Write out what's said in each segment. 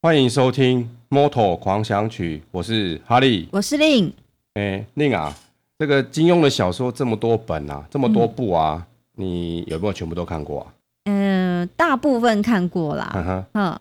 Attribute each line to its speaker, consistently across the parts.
Speaker 1: 欢迎收听《Moto 狂想曲》，我是哈利。
Speaker 2: 我是令，
Speaker 1: 哎，令啊，这个金庸的小说这么多本啊，这么多部啊，你有没有全部都看过啊？
Speaker 2: 嗯、大部分看过
Speaker 1: 嗯
Speaker 2: 啦，
Speaker 1: 哼，
Speaker 2: 嗯，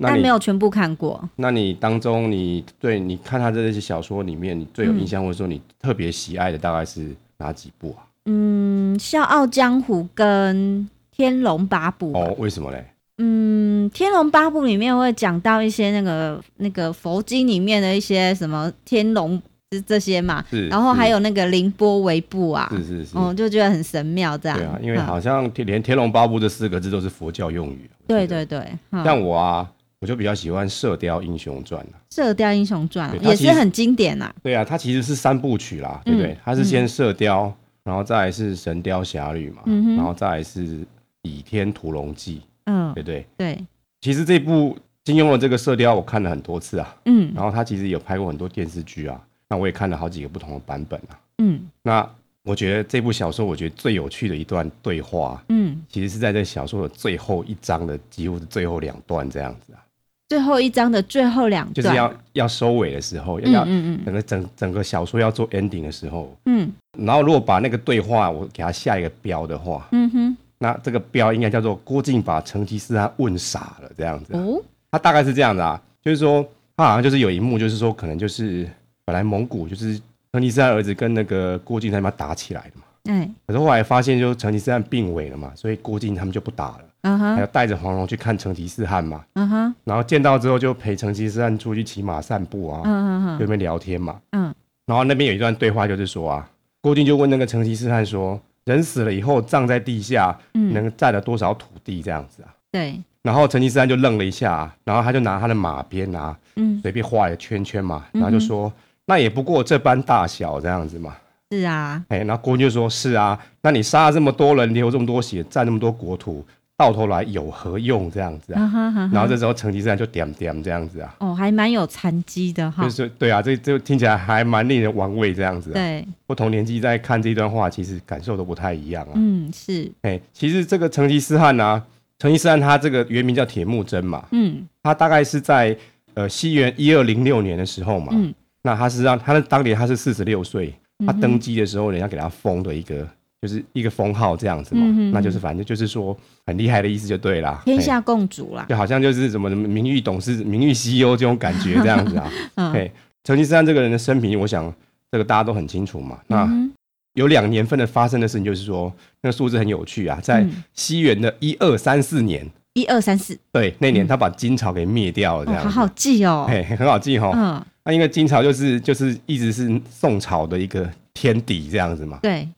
Speaker 1: 那
Speaker 2: 但没
Speaker 1: 你
Speaker 2: 有全部看过。
Speaker 1: 那你当中你对你看他这些小说里面，你最有印象、或者说你特别喜爱的大概是哪几部啊？
Speaker 2: 嗯，《笑傲江湖》跟《天龙八部》吧。
Speaker 1: 哦，为什么嘞？
Speaker 2: 嗯，《天龙八部》里面会讲到一些那个那个佛经里面的一些什么天龙这这些嘛，
Speaker 1: 是，
Speaker 2: 然后还
Speaker 1: 是
Speaker 2: 有那个凌波微步啊，
Speaker 1: 是是是，
Speaker 2: 哦，就觉得很神妙这样。
Speaker 1: 对啊，因为
Speaker 2: 嗯
Speaker 1: 好像天连“天龙八部”这四个字都是佛教用语。
Speaker 2: 对对对，嗯
Speaker 1: 像我啊，我就比较喜欢《射雕英雄传》啊。
Speaker 2: 《射雕英雄传》啊
Speaker 1: 对它
Speaker 2: 也
Speaker 1: 其
Speaker 2: 是
Speaker 1: 实
Speaker 2: 很经典啊。
Speaker 1: 对啊，它其实是三部曲啦，对不
Speaker 2: 嗯
Speaker 1: 对？它是先《射雕》，然后再来是《神雕侠侣》嘛，
Speaker 2: 嗯哼
Speaker 1: 然后再来是《倚天屠龙记》，
Speaker 2: 嗯
Speaker 1: 对，不对？
Speaker 2: 对，
Speaker 1: 其实这部金庸的这个《射雕》，我看了很多次啊，
Speaker 2: 嗯
Speaker 1: 然后他其实有拍过很多电视剧啊，那我也看了好几个不同的版本啊。
Speaker 2: 嗯
Speaker 1: 那我觉得这部小说，我觉得最有趣的一段对话，
Speaker 2: 嗯，
Speaker 1: 其实是在这小说的最后一章的，几乎是最后两段这样子啊，
Speaker 2: 最后一章的最后两段，
Speaker 1: 就是要要收尾的时候，
Speaker 2: 嗯
Speaker 1: 要、
Speaker 2: 嗯
Speaker 1: 整个整整个小说要做 ending 的时候，
Speaker 2: 嗯
Speaker 1: 然后如果把那个对话我给它下一个标的话，
Speaker 2: 嗯嗯
Speaker 1: 那这个标应该叫做郭靖把成吉思汗问傻了这样子
Speaker 2: 哼，
Speaker 1: 啊、
Speaker 2: 哦，
Speaker 1: 他大概是这样的啊，就是说他好像就是有一幕，就是说可能就是本来蒙古就是成吉思汗儿子跟那个郭靖他们打起来的嘛，
Speaker 2: 哎，
Speaker 1: 可是后来发现就是成吉思汗病危了嘛，所以郭靖他们就不打了，
Speaker 2: 啊
Speaker 1: 还
Speaker 2: 哈
Speaker 1: 要带着黄蓉去看成吉思汗嘛，
Speaker 2: 啊哈，
Speaker 1: 然后见到之后就陪成吉思汗出去骑马散步啊，
Speaker 2: 嗯
Speaker 1: 就
Speaker 2: 嗯
Speaker 1: 那边聊天嘛，
Speaker 2: 嗯
Speaker 1: 然后那边有一段对话就是说啊，郭靖就问那个成吉思汗说，人死了以后葬在地下
Speaker 2: 嗯嗯，
Speaker 1: 能占了多少土地这样子啊？
Speaker 2: 对，
Speaker 1: 然后成吉思汗就愣了一下啊，然后他就拿他的马鞭啊，
Speaker 2: 嗯
Speaker 1: 随便画一个圈圈嘛，然后就说、那也不过这般大小这样子嘛。
Speaker 2: 是啊，
Speaker 1: 哎，然后郭靖就说是啊，那你杀了这么多人，流这么多血，占那么多国土，到头来有何用这样子啊？
Speaker 2: 啊哈哈，
Speaker 1: 然后这时候成吉思汗就点点这样子啊，
Speaker 2: 哦，还蛮有残疾的哈
Speaker 1: 就，是对啊，这这听起来还蛮令人玩味这样子啊。
Speaker 2: 对，
Speaker 1: 不同年纪在看这段话，其实感受都不太一样啊。
Speaker 2: 嗯是，
Speaker 1: 哎、其实这个成吉思汗啊，成吉思汗他这个原名叫铁木真嘛，
Speaker 2: 嗯
Speaker 1: 他大概是在呃西元一二零六年的时候嘛，
Speaker 2: 嗯
Speaker 1: 那他是让他当年他是四十六岁，他
Speaker 2: 嗯哼
Speaker 1: 登基的时候人家给他封的一个就是一个封号这样子嘛，
Speaker 2: 嗯哼
Speaker 1: 那就是反正就是说很厉害的意思就对啦，
Speaker 2: 天
Speaker 1: 嘿
Speaker 2: 下共主啦，
Speaker 1: 就好像就是什么名誉董事、名誉 CEO 这种感觉这样子啊。
Speaker 2: 嗯
Speaker 1: 嘿，成吉思汗这个人的生平，我想这个大家都很清楚嘛。那、
Speaker 2: 嗯
Speaker 1: 有两年份的发生的事情，就是说那个数字很有趣啊，在
Speaker 2: 嗯
Speaker 1: 西元的一二三四年，
Speaker 2: 一二三四，
Speaker 1: 对，那年
Speaker 2: 嗯
Speaker 1: 他把金朝给灭掉了，这
Speaker 2: 哦，
Speaker 1: 样
Speaker 2: 好
Speaker 1: 子。
Speaker 2: 好记哦，
Speaker 1: 嘿，很好记哈、
Speaker 2: 嗯
Speaker 1: 那、因为金朝就是就是一直是宋朝的一个天敌这样子嘛，
Speaker 2: 对，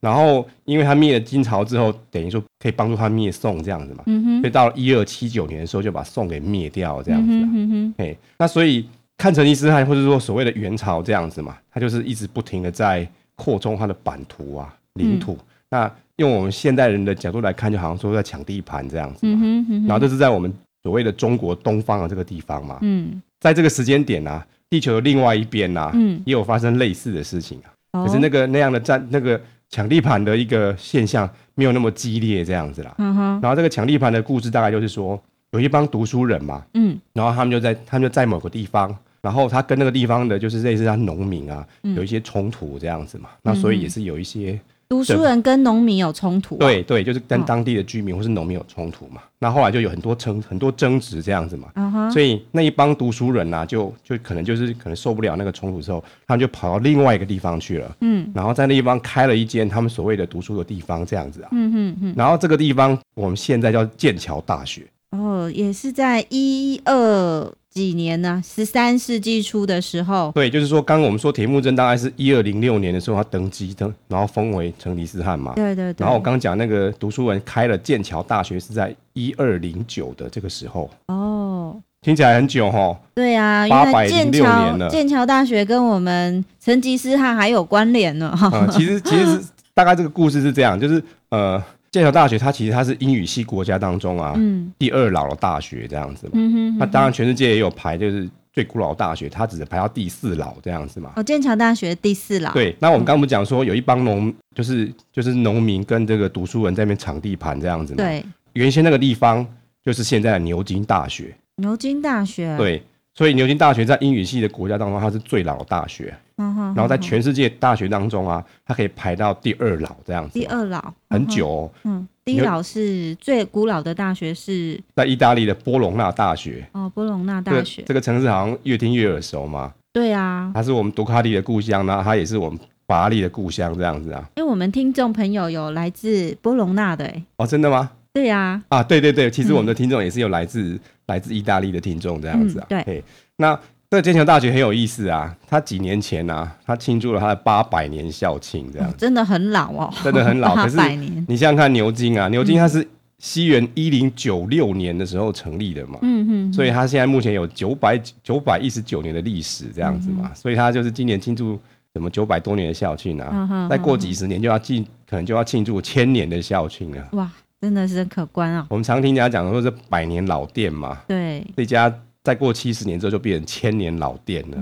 Speaker 1: 然后因为他灭了金朝之后，等于说可以帮助他灭宋这样子嘛，
Speaker 2: 嗯
Speaker 1: 所
Speaker 2: 哼，
Speaker 1: 以到了一二七九年的时候就把宋给灭掉了这
Speaker 2: 这
Speaker 1: 样子、啊。
Speaker 2: 嗯哼
Speaker 1: 嘿，那所以看成吉思汗，或者说所谓的元朝这样子嘛，他就是一直不停的在扩充他的版图啊、领土。
Speaker 2: 嗯
Speaker 1: 那用我们现代人的角度来看，就好像说在抢地盘这样子
Speaker 2: 嗯
Speaker 1: 嘛。
Speaker 2: 哼嗯哼，
Speaker 1: 然后这是在我们所谓的中国东方的这个地方嘛，
Speaker 2: 嗯
Speaker 1: 在这个时间点啊，地球的另外一边呐、啊，
Speaker 2: 嗯，哦
Speaker 1: 也有发生类似的事情啊。
Speaker 2: 可
Speaker 1: 可是那个那样的战那个抢地盘的一个现象没有那么激烈这样子啦。
Speaker 2: 嗯哼
Speaker 1: 然后这个抢地盘的故事大概就是说，有一帮读书人嘛，
Speaker 2: 嗯
Speaker 1: 然后他们就在他们就在某个地方，然后他跟那个地方的就是类似他农民啊，
Speaker 2: 嗯
Speaker 1: 有一些冲突这样子嘛，那所以也是有一些、
Speaker 2: 读书人跟农民有冲突啊，
Speaker 1: 对对，就是跟
Speaker 2: 哦
Speaker 1: 当地的居民或是农民有冲突嘛，那后来就有很多争很多争执这样子嘛。
Speaker 2: 啊哈，
Speaker 1: 所以那一帮读书人呐、啊，就就可能就是可能受不了那个冲突之后，他们就跑到另外一个地方去了，
Speaker 2: 嗯
Speaker 1: 然后在那地方开了一间他们所谓的读书的地方这样子啊。
Speaker 2: 嗯哼嗯。
Speaker 1: 然后这个地方我们现在叫剑桥大学，
Speaker 2: 哦，也是在一二几年呢、十三世纪初的时候，
Speaker 1: 对，就是说，刚刚我们说铁木真大概是一二零六年的时候，他登基登，然后封为成吉思汗嘛。
Speaker 2: 对对对。
Speaker 1: 然后我刚讲那个读书人开了剑桥大学是在一二零九的这个时候，
Speaker 2: 哦，
Speaker 1: 听起来很久哈。
Speaker 2: 对啊，原
Speaker 1: 806
Speaker 2: 来剑
Speaker 1: 年了
Speaker 2: 桥剑桥大学跟我们成吉思汗还有关联呢，哈、
Speaker 1: 呃，其实其实 是大概这个故事是这样，就是呃，剑桥大学它其实它是英语系国家当中啊、
Speaker 2: 嗯
Speaker 1: 第二老的大学这样子嘛。
Speaker 2: 嗯哼
Speaker 1: 那
Speaker 2: 哼。
Speaker 1: 当然全世界也有排，就是最古老的大学，它只是排到第四老这样子嘛。
Speaker 2: 哦，剑桥大学第四老。，
Speaker 1: 对，那我们刚刚不是讲说有一帮农，就是就是农民跟这个读书人在那边抢地盘这样子嘛。
Speaker 2: 对
Speaker 1: 原先那个地方就是现在的牛津大学，
Speaker 2: 牛津大学，，
Speaker 1: 对，所以牛津大学在英语系的国家当中，它是最老的大学，
Speaker 2: 嗯哼，
Speaker 1: 然后在
Speaker 2: 嗯哼
Speaker 1: 全世界大学当中啊，它可以排到第二老这样子，
Speaker 2: 第二老
Speaker 1: 很，久哦、
Speaker 2: 嗯哼嗯，第一
Speaker 1: 牛
Speaker 2: 老是最古老的大学是
Speaker 1: 在意大利的波隆纳大学。
Speaker 2: 哦波隆纳
Speaker 1: 这
Speaker 2: 大
Speaker 1: 个
Speaker 2: 学，
Speaker 1: 这个城市好像越听越耳熟嘛，
Speaker 2: 对啊，
Speaker 1: 它是我们杜卡迪的故乡呢，它也是我们法拉利的故乡这样子啊。
Speaker 2: 因为我们听众朋友有来自波隆纳的、欸，
Speaker 1: 哦，真的吗？
Speaker 2: 对啊，
Speaker 1: 啊，对对对，其实我们
Speaker 2: 嗯
Speaker 1: 的听众也是有来自、来自意大利的听众这样子啊。
Speaker 2: 嗯对
Speaker 1: 对，那这个剑桥大学很有意思啊，它几年前啊，它庆祝了它的八百年校庆这样
Speaker 2: 哦真的很老哦，
Speaker 1: 真的很啊老
Speaker 2: 八
Speaker 1: 可是
Speaker 2: 百年，
Speaker 1: 你想想看，牛津啊，牛津它是西元一零九六年的时候成立的嘛，
Speaker 2: 嗯哼，
Speaker 1: 所以它现在目前有九百九百一十九年的历史这样子嘛，
Speaker 2: 嗯
Speaker 1: 所以它就是今年庆祝什么九百多年的校庆啊，
Speaker 2: 嗯哼
Speaker 1: 再过几十年就要庆，可能就要庆祝千年的校庆啊。
Speaker 2: 哇，真的是可观啊、
Speaker 1: 我们常听人家讲说是百年老店嘛，
Speaker 2: 对，
Speaker 1: 这家再过七十年之后就变成千年老店了。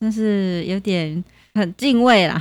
Speaker 2: 真是有点很敬畏啦，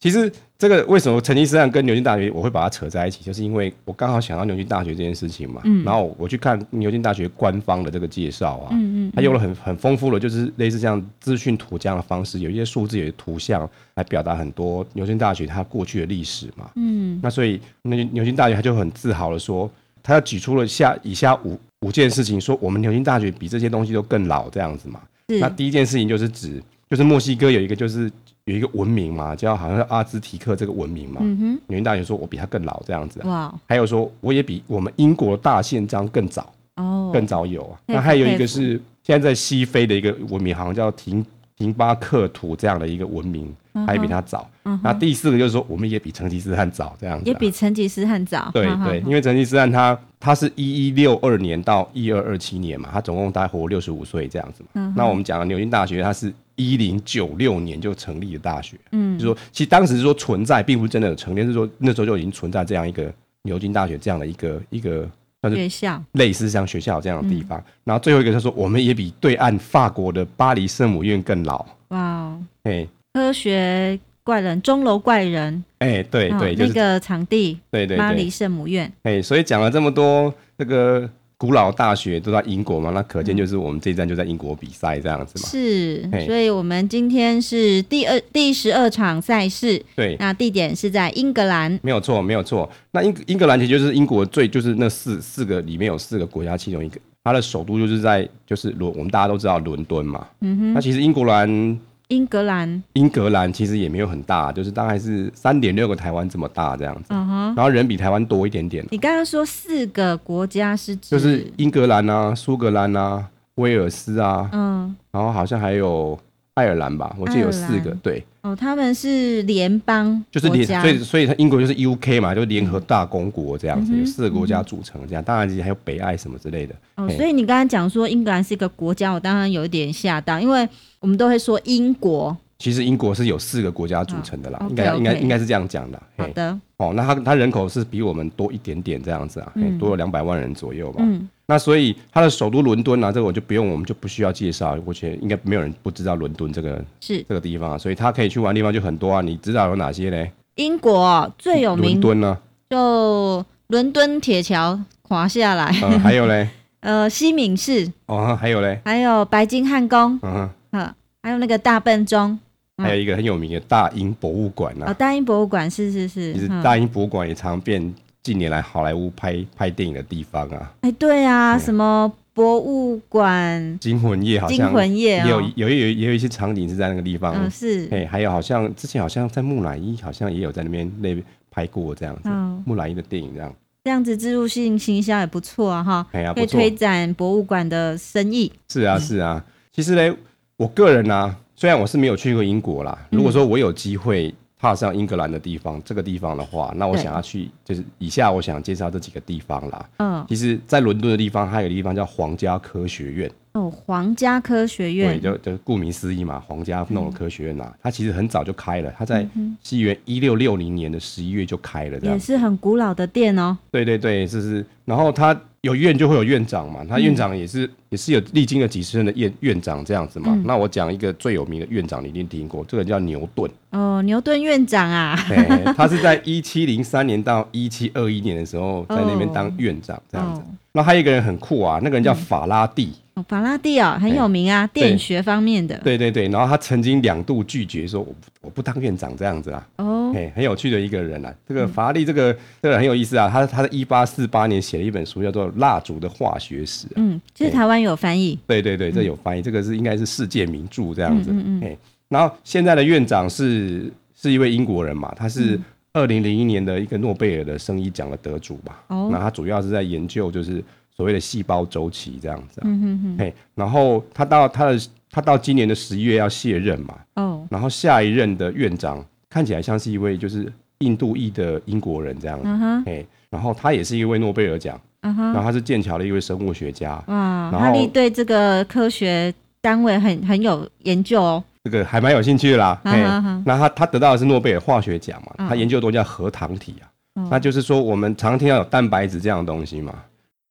Speaker 1: 其实这个为什么成吉思汗跟牛津大学我会把它扯在一起，就是因为我刚好想到牛津大学这件事情嘛。
Speaker 2: 嗯
Speaker 1: 然后我去看牛津大学官方的这个介绍啊，
Speaker 2: 嗯嗯
Speaker 1: 它用了很很丰富的，就是类似这样资讯图这样的方式，有一些数字，有一些图像来表达很多牛津大学它过去的历史嘛。
Speaker 2: 嗯，
Speaker 1: 那所以牛津牛津大学他就很自豪的说，他举出了下以下五五件事情，说我们牛津大学比这些东西都更老这样子嘛。
Speaker 2: 是
Speaker 1: 那第一件事情就是指，就是墨西哥有一个就是有一个文明嘛，叫好像是阿兹提克这个文明嘛。
Speaker 2: 嗯
Speaker 1: 牛津大学说我比他更老这样子啊、
Speaker 2: 哼，哇
Speaker 1: 还有说我也比我们英国的大宪章更早，
Speaker 2: 哦，
Speaker 1: 更早有啊。
Speaker 2: 佩服
Speaker 1: 那还有一个
Speaker 2: 佩服
Speaker 1: 是现在在西非的一个文明，好像叫廷廷巴克图这样的一个文明，还比他早。
Speaker 2: 嗯
Speaker 1: 那
Speaker 2: 哼，
Speaker 1: 第四个就是说我们也比成吉思汗早这样子啊、
Speaker 2: 也比成吉思汗 早，
Speaker 1: 对
Speaker 2: 哈哈
Speaker 1: 对，
Speaker 2: 哈
Speaker 1: 因为成吉思汗他他是一一六二年到一二二七年嘛，他总共大概活六十五岁这样子嘛。
Speaker 2: 嗯哼
Speaker 1: 那我们讲的牛津大学，它是一零九六年就成立的大学，
Speaker 2: 嗯
Speaker 1: 就是说其实当时是说存在，并不是真的有成立，是说那时候就已经存在这样一个牛津大学这样的一个一个算是
Speaker 2: 学校，
Speaker 1: 类似像学校这样的地
Speaker 2: 嗯
Speaker 1: 方。然后最后一个他说，我们也比对岸法国的巴黎圣母院更老。
Speaker 2: 哇哦，
Speaker 1: 哎
Speaker 2: 科学怪人，钟楼怪人，
Speaker 1: 哎，对
Speaker 2: 哦
Speaker 1: 对，就
Speaker 2: 那
Speaker 1: 是
Speaker 2: 个场地，
Speaker 1: 对对
Speaker 2: 巴
Speaker 1: 对
Speaker 2: 黎。圣母院，
Speaker 1: 哎，所以讲了这么多，这个古老大学都在英国嘛，那可见就是我们这一站就在英国比赛这样子嘛。
Speaker 2: 嗯是
Speaker 1: 嘿，
Speaker 2: 所以我们今天是第二第十二场赛事，
Speaker 1: 对，
Speaker 2: 那地点是在英格兰，
Speaker 1: 没有错，没有错。那英英格兰其实就是英国最就是那四四个里面有四个国家其中一个，它的首都就是在就是伦，我们大家都知道伦敦嘛。
Speaker 2: 嗯哼，
Speaker 1: 那其实英格兰。
Speaker 2: 英格兰，
Speaker 1: 英格兰其实也没有很大，就是大概是三点六个台湾这么大这样子，
Speaker 2: 嗯哼，
Speaker 1: 然后人比台湾多一点点，
Speaker 2: 你刚刚说四个国家是指，
Speaker 1: 就是英格兰啊、苏格兰啊、威尔斯啊，
Speaker 2: 嗯。
Speaker 1: 然后好像还有爱尔兰吧，我记得有四
Speaker 2: 爱尔
Speaker 1: 个
Speaker 2: 兰，
Speaker 1: 对，
Speaker 2: 哦，他们是联邦
Speaker 1: 就是
Speaker 2: 国
Speaker 1: 联，
Speaker 2: 家嗯
Speaker 1: 所以所以它英国就是 UK 嘛，就是联合大公国这样子，
Speaker 2: 嗯哼嗯
Speaker 1: 有四个国家组成这样。当然，其实还有北爱什么之类的。
Speaker 2: 哦，
Speaker 1: 嘿
Speaker 2: 所以你刚刚讲说英格兰是一个国家，我当然有一点吓到，因为我们都会说英国。
Speaker 1: 其实英国是有四个国家组成的啦，
Speaker 2: 哦
Speaker 1: 应该
Speaker 2: OK，OK
Speaker 1: 应该应该是这样讲的。
Speaker 2: 好
Speaker 1: 嘿，
Speaker 2: 的，
Speaker 1: 哦，那它它人口是比我们多一点点这样子啊，嘿
Speaker 2: 嗯
Speaker 1: 多了两百万人左右吧。
Speaker 2: 嗯，
Speaker 1: 那所以它的首都伦敦啊，这个我就不用，我们就不需要介绍，我觉得应该没有人不知道伦敦这个
Speaker 2: 是
Speaker 1: 这个地方啊，所以它可以去玩的地方就很多啊。你知道有哪些呢？
Speaker 2: 英国哦最有
Speaker 1: 伦
Speaker 2: 名
Speaker 1: 敦啊呢、
Speaker 2: 就伦敦铁桥垮下来，
Speaker 1: 嗯，还有 嘞，
Speaker 2: 呃，西敏寺，
Speaker 1: 哦，还有嘞，
Speaker 2: 还有白金汉宫，
Speaker 1: 嗯哼，
Speaker 2: 呃，还有那个大笨钟，嗯
Speaker 1: 还有一个很有名的大英博物馆啊
Speaker 2: 啊，。大英博物馆是是
Speaker 1: 其
Speaker 2: 是
Speaker 1: 实，
Speaker 2: 嗯
Speaker 1: 大英博物馆也常变近年来好莱坞拍拍电影的地方啊。
Speaker 2: 哎，对啊，
Speaker 1: 嗯
Speaker 2: 什么博物馆
Speaker 1: 惊魂夜好
Speaker 2: 惊
Speaker 1: 像
Speaker 2: 魂夜
Speaker 1: 也有
Speaker 2: 哦，
Speaker 1: 有也有也有一些场景是在那个地方。
Speaker 2: 嗯是，
Speaker 1: 哎，还有好像之前好像在木乃伊好像也有在那边那拍过这样子，
Speaker 2: 嗯，
Speaker 1: 木乃伊的电影这样。
Speaker 2: 这样子自入性行销也不错啊哈，
Speaker 1: 哎呀，不
Speaker 2: 可以
Speaker 1: 错。
Speaker 2: 推展博物馆的生意。
Speaker 1: 是啊，是啊。其实呢，我个人呢、虽然我是没有去过英国啦，如果
Speaker 2: 嗯
Speaker 1: 说我有机会踏上英格兰的地方这个地方的话，那我
Speaker 2: 对
Speaker 1: 想要去，就是以下我想介绍这几个地方啦。
Speaker 2: 嗯，
Speaker 1: 其实，在伦敦的地方，它有一个地方叫皇家科学院。
Speaker 2: 哦，皇家科学
Speaker 1: 对，
Speaker 2: 院，嗯
Speaker 1: 就就顾名思义嘛，皇家弄了科学院呐、啊它其实很早就开了，它在西元一六六零年的十一月就开了，这样
Speaker 2: 也。是很古老的店哦。
Speaker 1: 对对对，就是。然后它有院就会有院长
Speaker 2: 嗯
Speaker 1: 嘛，它院长也是、也是有历经了几十任的院院长这样子嘛。
Speaker 2: 嗯
Speaker 1: 那我讲一个最有名的院长，你一定听过，这个人叫牛顿，
Speaker 2: 哦，牛顿院长啊，
Speaker 1: 嘿 他是在一七零三年到一七二一年的时候在那边当院长这样子。
Speaker 2: 哦嗯
Speaker 1: 那还有一个人很酷啊，那个人叫法拉第。
Speaker 2: 哦，法拉第哦，很有名啊，电学方面的。
Speaker 1: 哎对对对，然后他曾经两度拒绝说我不我不当院长这样子啊，
Speaker 2: 哦，嗯
Speaker 1: 哎，很有趣的一个人啊。这个法拉利这个这个人很有意思啊，他他在一八四八年写了一本书叫做《蜡烛的化学史》啊，
Speaker 2: 嗯，其实台湾有翻译。
Speaker 1: 对对对，这有翻译，这个是应该是世界名著这样子。嗯然后现在的院长是是一位英国人嘛，他是
Speaker 2: 嗯
Speaker 1: 二零零一年的一个诺贝尔的生医奖的得主吧。
Speaker 2: 哦
Speaker 1: 那他主要是在研究就是所谓的细胞周期这样子、啊。
Speaker 2: 嗯哼哼，
Speaker 1: 嘿，然后他到他的他到今年的十一月要卸任嘛，
Speaker 2: 哦，
Speaker 1: 然后下一任的院长看起来像是一位就是印度裔的英国人这样子。
Speaker 2: 啊哈，
Speaker 1: 嘿，然后他也是一位诺贝尔奖，
Speaker 2: 啊
Speaker 1: 然
Speaker 2: 哈，
Speaker 1: 后他是剑桥的一位生物学家。
Speaker 2: 哇，
Speaker 1: 然
Speaker 2: 哈利
Speaker 1: 后
Speaker 2: 对这个科学单位很很有研究哦。
Speaker 1: 这个还蛮有兴趣的啦。
Speaker 2: 啊
Speaker 1: 嘿
Speaker 2: 啊啊
Speaker 1: 那他他得到的是诺贝尔化学奖嘛，
Speaker 2: 嗯
Speaker 1: 他研究的东西叫核糖体啊，
Speaker 2: 哦
Speaker 1: 那就是说我们常听到有蛋白质这样的东西嘛，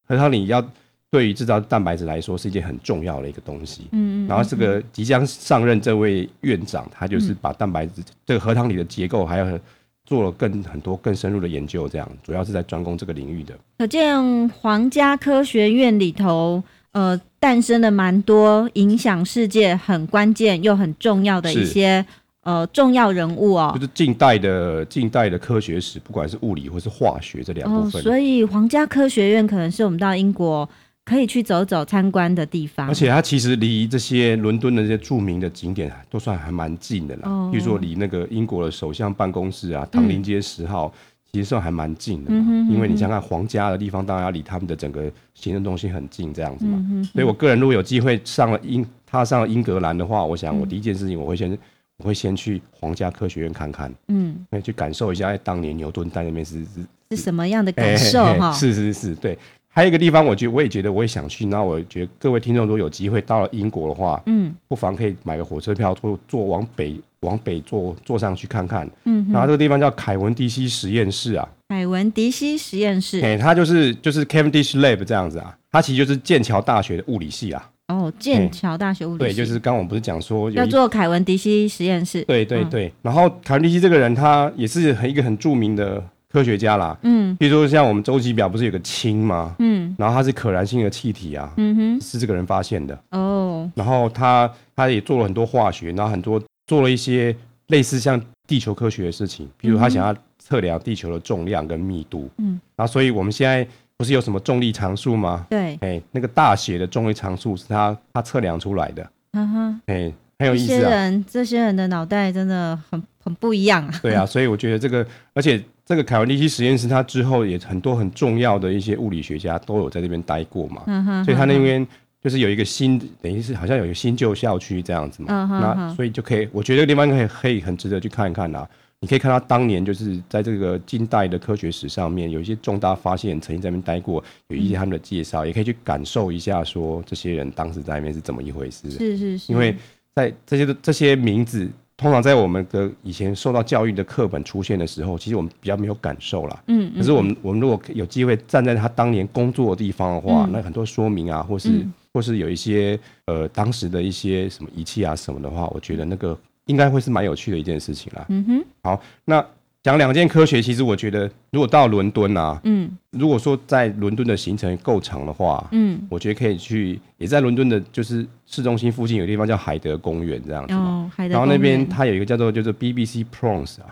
Speaker 1: 核糖体要对于制造蛋白质来说是一件很重要的一个东西。
Speaker 2: 嗯嗯，
Speaker 1: 然后这个即将上任这位院长，他就是把蛋白质、这个核糖体的结构还有做了更很多更深入的研究，这样主要是在专攻这个领域的。
Speaker 2: 可见皇家科学院里头，呃，诞生了蛮多影响世界很关键又很重要的一
Speaker 1: 是
Speaker 2: 些呃重要人物哦
Speaker 1: 就。是近代的近代的科学史，不管是物理或是化学这两部
Speaker 2: 哦，
Speaker 1: 分，
Speaker 2: 所以皇家科学院可能是我们到英国可以去走走参观的地方。
Speaker 1: 而且它其实离这些伦敦的这些著名的景点啊都算还蛮近的啦，
Speaker 2: 哦
Speaker 1: 比如说离那个英国的首相办公室啊，唐宁街十号，其实算还蛮近的嘛。
Speaker 2: 嗯哼嗯哼
Speaker 1: 因为你想看皇家的地方，当然要离他们的整个行政中心很近这样子嘛。
Speaker 2: 嗯哼，
Speaker 1: 所以我个人如果有机会上了英，踏上了英格兰的话，我
Speaker 2: 嗯
Speaker 1: 想我第一件事情我会先、我会先去皇家科学院看看，
Speaker 2: 嗯，
Speaker 1: 哎去感受一下哎当年牛顿在那边是是
Speaker 2: 是什么样的
Speaker 1: 哎
Speaker 2: 感受
Speaker 1: 哎
Speaker 2: 哈？
Speaker 1: 是是是，对。还有一个地方，我觉我也觉得我也想去。那我觉得各位听众如果有机会到了英国的话，
Speaker 2: 嗯
Speaker 1: 不妨可以买个火车票，坐坐往北往北坐坐上去看看。
Speaker 2: 嗯
Speaker 1: 然后
Speaker 2: 哼，
Speaker 1: 这个地方叫凯文迪西实验室啊，
Speaker 2: 凯文迪西实验室
Speaker 1: 哎、它就是就是 Cavendish Lab 这样子啊，它其实就是剑桥大学的物理系啊。
Speaker 2: 哦，剑桥大学物理
Speaker 1: 对，
Speaker 2: 系
Speaker 1: 就是刚刚我们不是讲说有
Speaker 2: 叫
Speaker 1: 一
Speaker 2: 做凯文迪西实验室。
Speaker 1: 对对
Speaker 2: 嗯
Speaker 1: 对，然后凯文迪西这个人他也是很一个很著名的科学家啦。
Speaker 2: 嗯
Speaker 1: 比如说像我们周期表不是有个氢吗？
Speaker 2: 嗯
Speaker 1: 然后它是可燃性的气体啊，
Speaker 2: 嗯
Speaker 1: 是这个人发现的。
Speaker 2: 哼，哦，
Speaker 1: 然后他他也做了很多化学，然后很多做了一些类似像地球科学的事情，比如他想要测量地球的重量跟密度。
Speaker 2: 嗯，
Speaker 1: 然后所以我们现在不是有什么重力常数吗？
Speaker 2: 对，
Speaker 1: 哎，那个大写的重力常数是他他测量出来的，
Speaker 2: 哈哈，
Speaker 1: 哎，很有
Speaker 2: 这
Speaker 1: 意
Speaker 2: 些
Speaker 1: 思啊。
Speaker 2: 人这些人的脑袋真的很很不一样啊。
Speaker 1: 对啊，所以我觉得这个，而且这个凯文利希实验室，他之后也很多很重要的一些物理学家都有在这边待过嘛。
Speaker 2: 嗯哼，
Speaker 1: 所以他
Speaker 2: 哼
Speaker 1: 那
Speaker 2: 哼
Speaker 1: 边就是有一个新，等于是好像有一个新旧校区这样子嘛。
Speaker 2: 嗯哼
Speaker 1: 那
Speaker 2: 哼
Speaker 1: 所以就可以，我觉得这个地方可以可以很值得去看一看啦、你可以看到当年就是在这个近代的科学史上面，有一些重大发现曾经在那边待过，有一些他们的介绍，也可以去感受一下说这些人当时在那边是怎么一回事。
Speaker 2: 是是是，
Speaker 1: 因为在这些这些名字，通常在我们的以前受到教育的课本出现的时候，其实我们比较没有感受啦。
Speaker 2: 嗯
Speaker 1: 可
Speaker 2: 嗯
Speaker 1: 是我们我们如果有机会站在他当年工作的地方的话，
Speaker 2: 嗯
Speaker 1: 那很多说明啊，或是、
Speaker 2: 嗯
Speaker 1: 或是有一些呃当时的一些什么仪器啊什么的话，我觉得那个应该会是蛮有趣的一件事情啦。
Speaker 2: 嗯哼
Speaker 1: 那讲两件科学，其实我觉得如果到伦敦啊，
Speaker 2: 嗯
Speaker 1: 如果说在伦敦的行程够长的话。
Speaker 2: 嗯，
Speaker 1: 我觉得可以去，也在伦敦的，就是市中心附近有个地方叫海德公园这样子
Speaker 2: 然
Speaker 1: 嘛。
Speaker 2: 后哦海德
Speaker 1: 然后那
Speaker 2: 公
Speaker 1: 边
Speaker 2: 园
Speaker 1: 它有一个叫做就是 BBC Proms 啊，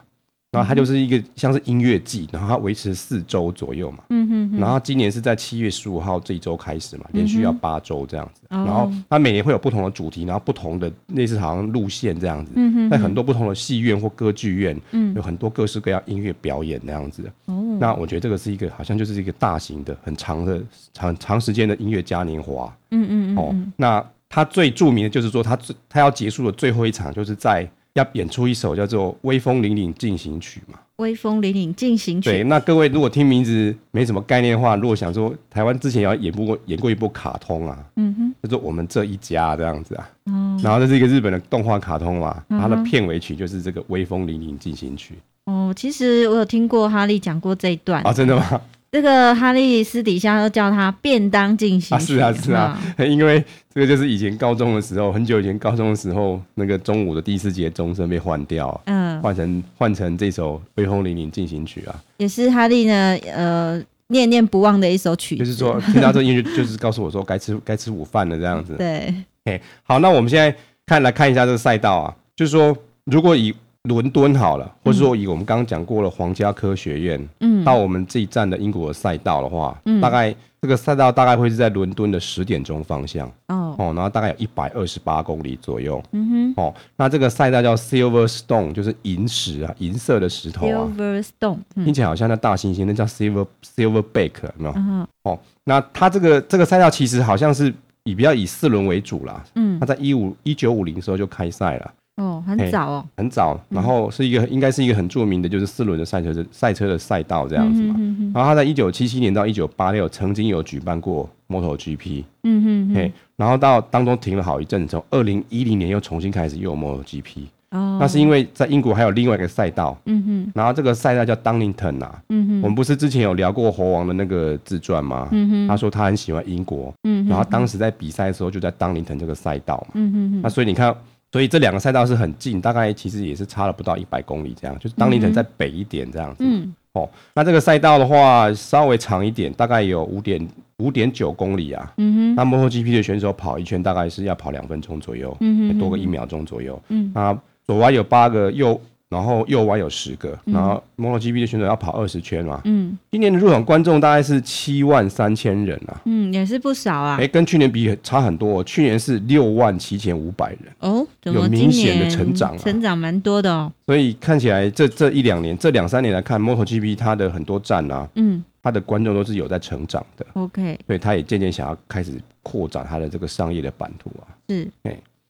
Speaker 1: 然后它就是一个像是音乐季，然后它维持四周左右嘛。
Speaker 2: 嗯哼哼，
Speaker 1: 然后今年是在七月十五号这一周开始嘛，连续要八周这样子。
Speaker 2: 哦
Speaker 1: 然后它每年会有不同的主题，然后不同的类似好像路线这样子，
Speaker 2: 嗯哼
Speaker 1: 在很多不同的戏院或歌剧院，
Speaker 2: 嗯
Speaker 1: 有很多各式各样音乐表演那样子。
Speaker 2: 哦
Speaker 1: 那我觉得这个是一个好像就是一个大型的、很长的、长长时间的音乐嘉年华。
Speaker 2: 嗯嗯嗯
Speaker 1: 哦，那他最著名的就是说，他最他要结束的最后一场，就是在要演出一首叫做《威风凛凛进行曲》嘛。
Speaker 2: 威风凛凛进行
Speaker 1: 对，
Speaker 2: 曲，
Speaker 1: 那各位如果听名字没什么概念的话，如果想说台湾之前也要演过演过一部卡通啊，
Speaker 2: 嗯
Speaker 1: 叫做《我们这一家》这样子啊，
Speaker 2: 哼，哦
Speaker 1: 然后这是一个日本的动画卡通嘛，
Speaker 2: 嗯
Speaker 1: 它
Speaker 2: 哼
Speaker 1: 的片尾曲就是这个《威风凛凛进行曲
Speaker 2: 哦，其实我有听过哈利讲过这一段》
Speaker 1: 啊，，真的吗？
Speaker 2: 这个哈利私底下都叫他便当进行
Speaker 1: 啊，
Speaker 2: 曲，
Speaker 1: 是啊，是啊
Speaker 2: 哈，，
Speaker 1: 因为这个就是以前高中的时候，很久以前高中的时候，那个中午的第四节钟声被换掉啊，
Speaker 2: 嗯，
Speaker 1: 换成换成这首《威风凛凛进行曲》啊，
Speaker 2: 也是哈利呢，呃，念念不忘的一首曲子。
Speaker 1: 就是说，听到这音乐就是告诉我说该吃该吃午饭了这样子。
Speaker 2: 对，
Speaker 1: 嘿，好，那我们现在看来看一下这个赛道啊，就是说，如果以伦敦好了，或者说以我们刚刚讲过了皇家科学院，
Speaker 2: 嗯
Speaker 1: 到我们这一站的英国的赛道的话，
Speaker 2: 嗯
Speaker 1: 大概这个赛道大概会是在伦敦的十点钟方向
Speaker 2: 哦，
Speaker 1: 哦，然后大概有一百二十八公里左右
Speaker 2: 嗯
Speaker 1: 哦。那这个赛道叫 Silverstone，就是银石啊，银色的石头
Speaker 2: 哼
Speaker 1: 啊，
Speaker 2: ，Silverstone，嗯
Speaker 1: 听起来好像那大猩猩，那叫 Silver Silverback，有没有？
Speaker 2: 嗯
Speaker 1: 哦，那它这个这个赛道其实好像是以比较以四轮为主啦，
Speaker 2: 嗯
Speaker 1: 它在一五一九五零时候就开赛了。
Speaker 2: 哦，很早哦，
Speaker 1: 很早，然后是一个、应该是一个很著名的，就是四轮的赛车的赛车的赛道这
Speaker 2: 这
Speaker 1: 样子嘛。
Speaker 2: 嗯哼
Speaker 1: 然后他在一九七七年到一九八六曾经有举办过 MotoGP，、
Speaker 2: 嗯哼
Speaker 1: 嘿，然后到当中停了好一阵之后，二零一零年又重新开始又有 MotoGP，、
Speaker 2: 哼，哦，
Speaker 1: 那是因为在英国还有另外一个赛道，
Speaker 2: 嗯哼
Speaker 1: 然后这个赛道叫 Donington 啊，
Speaker 2: 嗯哼
Speaker 1: 我们不是之前有聊过猴王的那个自传吗？
Speaker 2: 嗯哼
Speaker 1: 他说他很喜欢英国，
Speaker 2: 嗯哼
Speaker 1: 然后当时在比赛的时候就在 Donington 这个赛道嘛。
Speaker 2: 嗯哼哼
Speaker 1: 那所以你看，所以这两个赛道是很近，大概其实也是差了不到一百公里这样，就是当你人在北一点这样子。
Speaker 2: 嗯
Speaker 1: 哦，那这个赛道的话稍微长一点，大概有五点五点九公里啊。
Speaker 2: 嗯哼
Speaker 1: 那 MotoGP 的选手跑一圈大概是要跑两分钟左右，
Speaker 2: 嗯哼
Speaker 1: 多个一秒钟左右。
Speaker 2: 嗯
Speaker 1: 那左弯有八个，右然后右弯有十个，然后 MotoGP 的选手要跑二十圈嘛。
Speaker 2: 嗯
Speaker 1: 今年的入场观众大概是七万三千人啊，
Speaker 2: 嗯，也是不少啊
Speaker 1: 哎、，跟去年比差很多哦，去年是六万七千五百人。
Speaker 2: 哦，怎么
Speaker 1: 有
Speaker 2: 今
Speaker 1: 明显的
Speaker 2: 年
Speaker 1: 成长啊
Speaker 2: 成长蛮多的哦，
Speaker 1: 所以看起来这这一两年、这两三年来看，MotoGP 它的很多站啊，
Speaker 2: 嗯
Speaker 1: 它的观众都是有在成长的，
Speaker 2: ，OK，
Speaker 1: 所以它也渐渐想要开始扩展它的这个商业的版图啊。
Speaker 2: 是，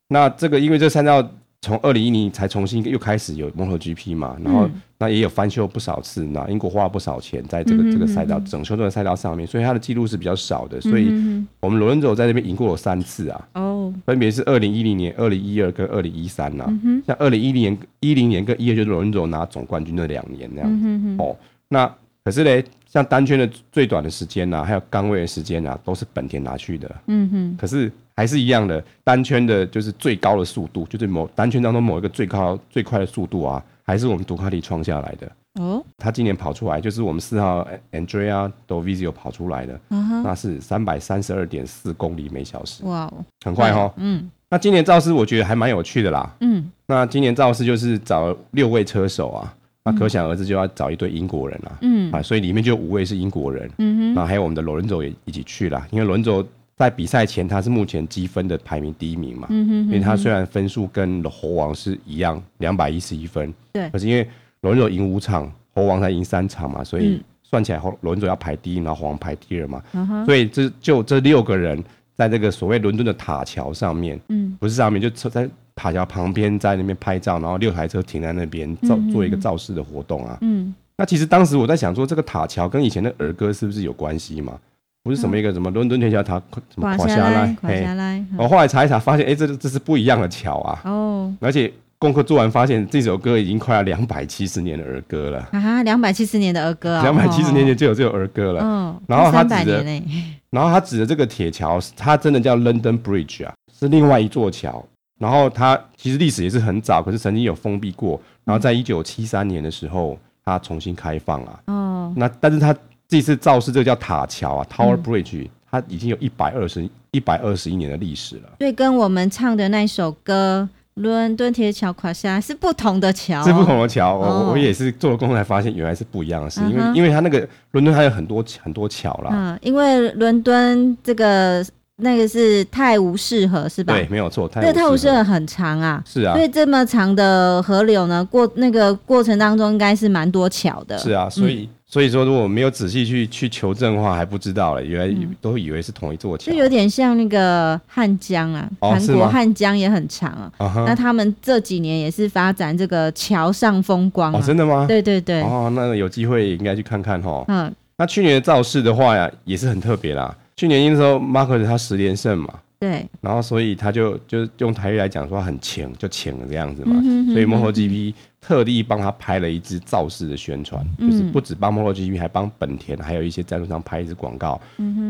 Speaker 1: 那这个因为这赛道从二零一零才重新又开始有 MotoGP 嘛，然后
Speaker 2: 嗯
Speaker 1: 那也有翻修不少次，那英国花了不少钱在这个
Speaker 2: 嗯哼
Speaker 1: 这个赛道
Speaker 2: 嗯哼
Speaker 1: 整修这个赛道上面，所以它的记录是比较少的。所以
Speaker 2: 嗯
Speaker 1: 我们罗伦佐在这边赢过有三次啊，
Speaker 2: 哼哼哦，
Speaker 1: 分别是二零一零年、二零一二跟二零一三呐。
Speaker 2: 嗯哼
Speaker 1: 像二零一零年、一零年跟一二就是罗恩佐拿总冠军那两年那样。
Speaker 2: 嗯哼哼，
Speaker 1: 哦，那可是嘞，像单圈的最短的时间呐、还有杆位的时间呐、都是本田拿去的。
Speaker 2: 嗯哼
Speaker 1: 可是还是一样的，单圈的就是最高的速度，就是某单圈当中某一个最高最快的速度啊，还是我们杜卡迪创下来的。
Speaker 2: 哦，
Speaker 1: 他今年跑出来就是我们四号 Andrea Dovizio 跑出来的，
Speaker 2: 啊哈，
Speaker 1: 那是三百三十二点四公里每小时，
Speaker 2: 哇哦，
Speaker 1: 很快哈、
Speaker 2: 嗯
Speaker 1: 那今年造势我觉得还蛮有趣的啦，
Speaker 2: 嗯
Speaker 1: 那今年造势就是找六位车手啊，那可想而知就要找一对英国人啊，
Speaker 2: 嗯
Speaker 1: 啊，所以里面就有五位是英国人，
Speaker 2: 嗯
Speaker 1: 那还有我们的罗伦佐也一起去啦，因为罗伦佐在比赛前他是目前积分的排名第一名嘛，
Speaker 2: 嗯哼
Speaker 1: 因
Speaker 2: 哼，
Speaker 1: 为他虽然分数跟猴王是一样，两百一十一分，
Speaker 2: 对
Speaker 1: 可是因为罗伦佐赢五场，猴王才赢三场嘛，所以
Speaker 2: 嗯
Speaker 1: 算起来猴罗伦佐要排第一，然后猴王排第二嘛，
Speaker 2: 啊哈，
Speaker 1: 所以这就这六个人在这个所谓伦敦的塔桥上面。
Speaker 2: 嗯
Speaker 1: 不是上面，就车在塔桥旁边，在那边拍照，然后六台车停在那边造做一个造势的活动啊。
Speaker 2: 嗯
Speaker 1: 那其实当时我在想说，这个塔桥跟以前的儿歌是不是有关系嘛？不是什么一个什么伦敦铁桥塔什么
Speaker 2: 垮
Speaker 1: 垮
Speaker 2: 下
Speaker 1: 下
Speaker 2: 来
Speaker 1: 来，
Speaker 2: 垮下
Speaker 1: 哎，
Speaker 2: 来，嗯
Speaker 1: 我后来查一查，发现哎、这这是不一样的桥啊。
Speaker 2: 哦。
Speaker 1: 而且功课做完发现，这首歌已经快要两百七十年的儿歌了，
Speaker 2: 啊，两百七十年的儿歌啊，
Speaker 1: 两百七十年
Speaker 2: 的，
Speaker 1: 前就有这首儿歌了。
Speaker 2: 嗯，
Speaker 1: 然后他
Speaker 2: 三百
Speaker 1: 指着
Speaker 2: 年呢，
Speaker 1: 然后他指的这个铁桥，它真的叫 London Bridge 啊，是另外一座桥。然后它其实历史也是很早，可是曾经有封闭过。然后在一九七三年的时候，它重新开放啊。
Speaker 2: 哦，
Speaker 1: 那但是它这次造势这个叫塔桥啊，Tower Bridge，、它已经有一百二十一百二十一年的历史了，
Speaker 2: 对，跟我们唱的那首歌《伦敦铁桥垮下来》是不同的桥、哦，
Speaker 1: 这不同的桥。我、
Speaker 2: 哦
Speaker 1: 我也是做了功课才发现，原来是不一样的事，因
Speaker 2: 嗯哼
Speaker 1: 为因为它那个伦敦还有很多很多桥啦。
Speaker 2: 嗯，因为伦敦这个那个是泰晤士河是吧？
Speaker 1: 对，，没有错，泰
Speaker 2: 那个泰
Speaker 1: 晤
Speaker 2: 晤士
Speaker 1: 士
Speaker 2: 河
Speaker 1: 河
Speaker 2: 很长啊，
Speaker 1: 是啊
Speaker 2: 所，以这么长的河流呢，过那个过程当中应该是蛮多桥的。嗯
Speaker 1: 是啊，所以、所以说，如果没有仔细去去求证的话，还不知道嘞，原来
Speaker 2: 嗯
Speaker 1: 都以为是同一座桥
Speaker 2: 就。有点像那个汉江啊，
Speaker 1: 哦
Speaker 2: 韩、
Speaker 1: 是
Speaker 2: 国
Speaker 1: 吗
Speaker 2: 汉江也很长啊。
Speaker 1: 啊
Speaker 2: 那
Speaker 1: 哈，
Speaker 2: 他们这几年也是发展这个桥上风光啊。
Speaker 1: 哦，真的吗？
Speaker 2: 对对对，
Speaker 1: 哦，那有机会也应该去看看哈。
Speaker 2: 嗯
Speaker 1: 那去年的造势的话呀，也是很特别啦。去年那时候，Marcus 他十连胜嘛，
Speaker 2: 对，
Speaker 1: 然后所以他就就用台语来讲说很浅，就浅了这样子嘛。
Speaker 2: 嗯哼哼
Speaker 1: 所以 MotoGP 特地帮他拍了一支
Speaker 2: 嗯
Speaker 1: 造势的宣传，就是不止帮 MotoGP，还帮本田还有一些赞助商拍一支广告，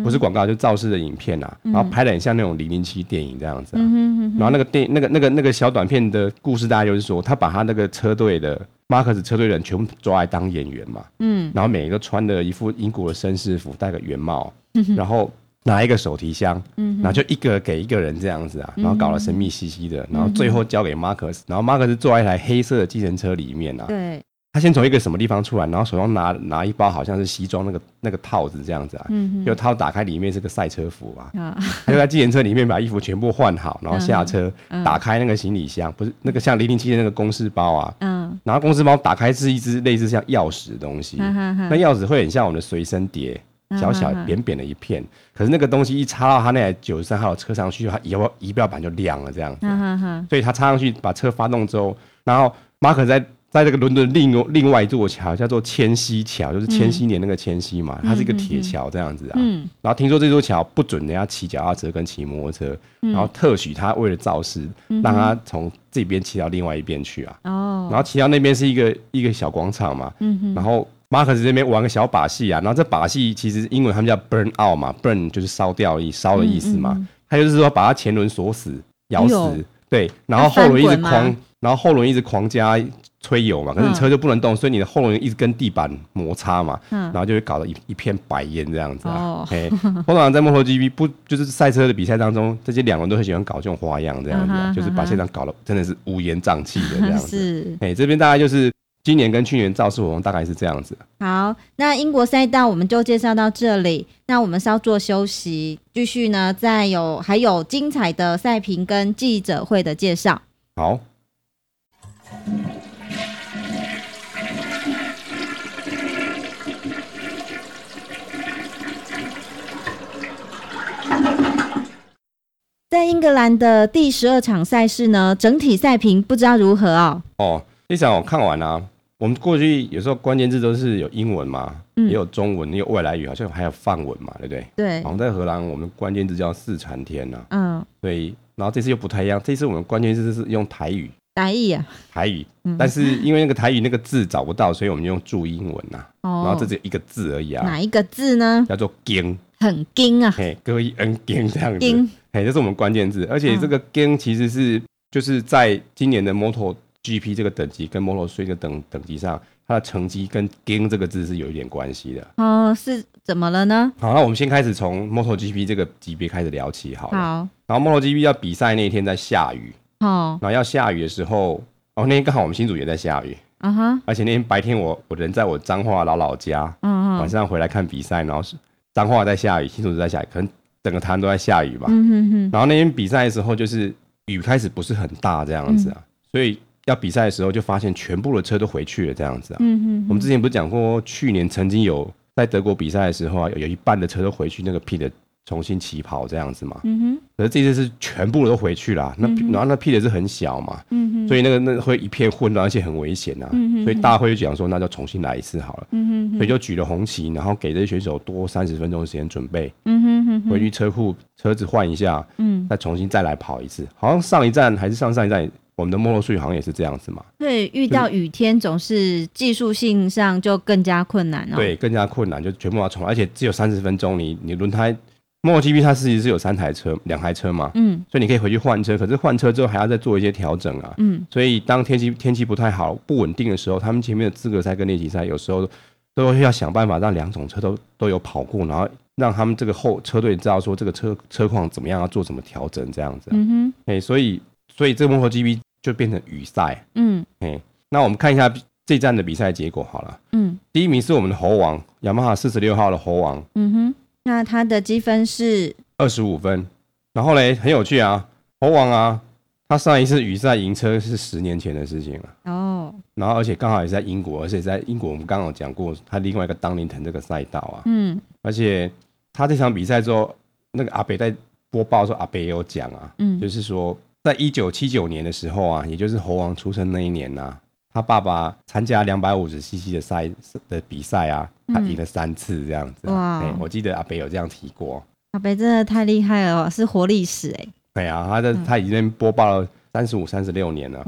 Speaker 1: 不是广告，就造势的影片啊，然后拍的很像那种零零七电影这样子、啊。然后那个电那个那个那个小短片的故事，大概就是说，他把他那个车队的马克斯车队人全部抓来当演员嘛，
Speaker 2: 嗯，
Speaker 1: 然后每一个穿的一副英国的绅士服，戴个圆帽，然后拿一个手提箱，然后就一个给一个人这样子啊，然后搞得神秘兮兮的，然后最后交给马克斯，然后马克斯坐在一台黑色的计程车里面啊，
Speaker 2: 对，
Speaker 1: 他先从一个什么地方出来，然后手上拿拿一包好像是西装那个那个套子这样子啊，
Speaker 2: 嗯
Speaker 1: 就套打开里面是个赛车服啊，
Speaker 2: 啊，
Speaker 1: 他就在计程车里面把衣服全部换好，然后下车、
Speaker 2: 嗯嗯
Speaker 1: 打开那个行李箱，不是那个像零零七的那个公事包啊，
Speaker 2: 嗯，
Speaker 1: 然后公事包打开是一只类似像钥匙的东西，
Speaker 2: 哈哈哈
Speaker 1: 那钥匙会很像我们的随身碟，
Speaker 2: 嗯
Speaker 1: 小小
Speaker 2: 嗯嗯
Speaker 1: 扁扁的一片，可是那个东西一插到他那台九十三号的车上去，它仪表仪表板就亮了这样子啊、
Speaker 2: 哈哈哈，
Speaker 1: 所以他插上去把车发动之后，然后马可在在这个伦敦另另外一座桥叫做千禧桥，就是千禧年那个千禧嘛，它是一个铁桥这样子啊。
Speaker 2: 嗯
Speaker 1: 然后听说这座桥不准人家骑脚踏车跟骑摩托车，然后特许他为了造势，让他从这边骑到另外一边去啊。
Speaker 2: 哦，嗯
Speaker 1: 然后骑到那边是一个一个小广场嘛，然后马克思这边玩个小把戏啊，然后这把戏其实英文他们叫 burn out 嘛，burn 就是烧掉的意烧的意思嘛，他就是说把他前轮锁死、咬
Speaker 2: 嗯哎呦
Speaker 1: 死，对，然后后轮一直
Speaker 2: 它翻滚
Speaker 1: 狂，然后后轮一直狂加吹油嘛，可是你
Speaker 2: 嗯
Speaker 1: 车就不能动，所以你的后轮一直跟地板摩擦嘛，
Speaker 2: 嗯
Speaker 1: 然后就会搞得一一片白烟这样子啊
Speaker 2: 哦。
Speaker 1: 嘿，通常在 MotoGP 不就是赛车的比赛当中，这些两轮都很喜欢搞这种花样这样子、
Speaker 2: 嗯
Speaker 1: 啊，
Speaker 2: 哼
Speaker 1: 就是把
Speaker 2: 嗯哼
Speaker 1: 现场搞得真的是乌烟瘴气的这样子。
Speaker 2: 是。
Speaker 1: 哎、这边大概就是今年跟去年造势活动大概是这样子。
Speaker 2: 好，那英国赛道我们就介绍到这里。那我们稍作休息，继续呢，再有还有精彩的赛评跟记者会的介绍。
Speaker 1: 好，
Speaker 2: 在英格兰的第十二场赛事呢，整体赛评不知道如何哦。
Speaker 1: 哦，这场我看完啦、我们过去有时候关键字都是有英文嘛，
Speaker 2: 嗯
Speaker 1: 也有中文，也有外来语，好像还有范文嘛，对不对？
Speaker 2: 对
Speaker 1: 好，像在荷兰，我们关键字叫四传天呐、
Speaker 2: 嗯，
Speaker 1: 所以然后这次又不太一样，这次我们关键字是用台语，
Speaker 2: 达意啊，
Speaker 1: 台语，但是因为那个台语那个字找不到，所以我们用注英文呐、
Speaker 2: 哦，
Speaker 1: 然后这只有一个字而已啊，
Speaker 2: 哪一个字呢？
Speaker 1: 叫做 “gang”，
Speaker 2: 很惊啊，
Speaker 1: 嘿，各位恩 “gang” 这样子，
Speaker 2: 惊，
Speaker 1: 哎，这是我们关键字，而且这个 “gang” 其实是、就是在今年的 Moto GP 这个等级跟 Moto 3这个等等级上，它的成绩跟 “gang” 这个字是有一点关系的。
Speaker 2: 哦，是怎么了呢？
Speaker 1: 好，那我们先开始从 Moto GP 这个级别开始聊起好了。
Speaker 2: 好，
Speaker 1: 然后 Moto GP 要比赛那一天在下雨，
Speaker 2: 哦，
Speaker 1: 然后要下雨的时候，哦，那天刚好我们新组也在下雨，
Speaker 2: 啊哈，
Speaker 1: 而且那天白天我我人在我彰化老老家，
Speaker 2: 嗯
Speaker 1: 晚
Speaker 2: 嗯
Speaker 1: 上回来看比赛，然后是彰化在下雨，新竹在下雨，可能整个台湾都在下雨吧。
Speaker 2: 嗯哼哼，
Speaker 1: 然后那天比赛的时候，就是雨开始不是很大这样子
Speaker 2: 嗯
Speaker 1: 啊，所以要比赛的时候就发现全部的车都回去了这样子啊。
Speaker 2: 嗯
Speaker 1: 我
Speaker 2: 哼
Speaker 1: 们之前不是讲过，去年曾经有在德国比赛的时候啊，有有一半的车都回去那个 P 的重新起跑这样子嘛。
Speaker 2: 嗯哼，
Speaker 1: 可是这次是全部都回去了，那、然后那 P 的是很小嘛，
Speaker 2: 嗯哼，
Speaker 1: 所以那个那会一片混乱，而且很危险啊。
Speaker 2: 嗯
Speaker 1: 所以大会就讲说，那就重新来一次好了。
Speaker 2: 嗯哼，
Speaker 1: 所以就举了红旗，然后给这些选手多三十分钟的时间准备，
Speaker 2: 嗯哼哼哼，
Speaker 1: 回去车库车子换一下，
Speaker 2: 嗯，
Speaker 1: 再重新再来跑一次。好像上一站还是上上一站，我们的莫洛数好像也是这样子嘛。
Speaker 2: 对，遇到雨天总是技术性上就更加困难哦。，
Speaker 1: 对，更加困难，就全部要重来，而且只有三十分钟。你你轮胎，莫洛 GP 它其实是有三台车，两台车嘛，
Speaker 2: 嗯
Speaker 1: 所以你可以回去换车。可是换车之后还要再做一些调整啊。
Speaker 2: 嗯，
Speaker 1: 所以当天气天气不太好、不稳定的时候，他们前面的资格赛跟练习赛有时候都要想办法让两种车都都有跑过，然后让他们这个后车队知道说这个车车况怎么样，要做什么调整这样子啊、
Speaker 2: 嗯哼，
Speaker 1: 哎、所以所以这个摩托 GP 就变成雨赛。
Speaker 2: 嗯
Speaker 1: 那我们看一下这一站的比赛结果好了。
Speaker 2: 嗯
Speaker 1: 第一名是我们的猴王，雅马哈四十六号的猴王，
Speaker 2: 嗯哼，那他的积分是
Speaker 1: 二十五分。然后嘞，很有趣啊，猴王啊，他上一次雨赛赢车是十年前的事情了。
Speaker 2: 哦，
Speaker 1: 然后而且刚好也是在英国，而且在英国我们刚刚有讲过他另外一个当林腾这个赛道啊，
Speaker 2: 嗯
Speaker 1: 而且他这场比赛之后，那个阿北在播报的时候，阿北也有讲啊，
Speaker 2: 嗯
Speaker 1: 就是说，在一九七九年的时候啊，也就是猴王出生那一年呐、他爸爸参加两百五十 CC 的赛的比赛啊，他赢了三次这样子、啊。
Speaker 2: 嗯哇
Speaker 1: 哎我记得阿北有这样提过。
Speaker 2: 阿北真的太厉害了哦，是活历史哎、
Speaker 1: 对啊，他在他已经播报了三十五、三十六年了。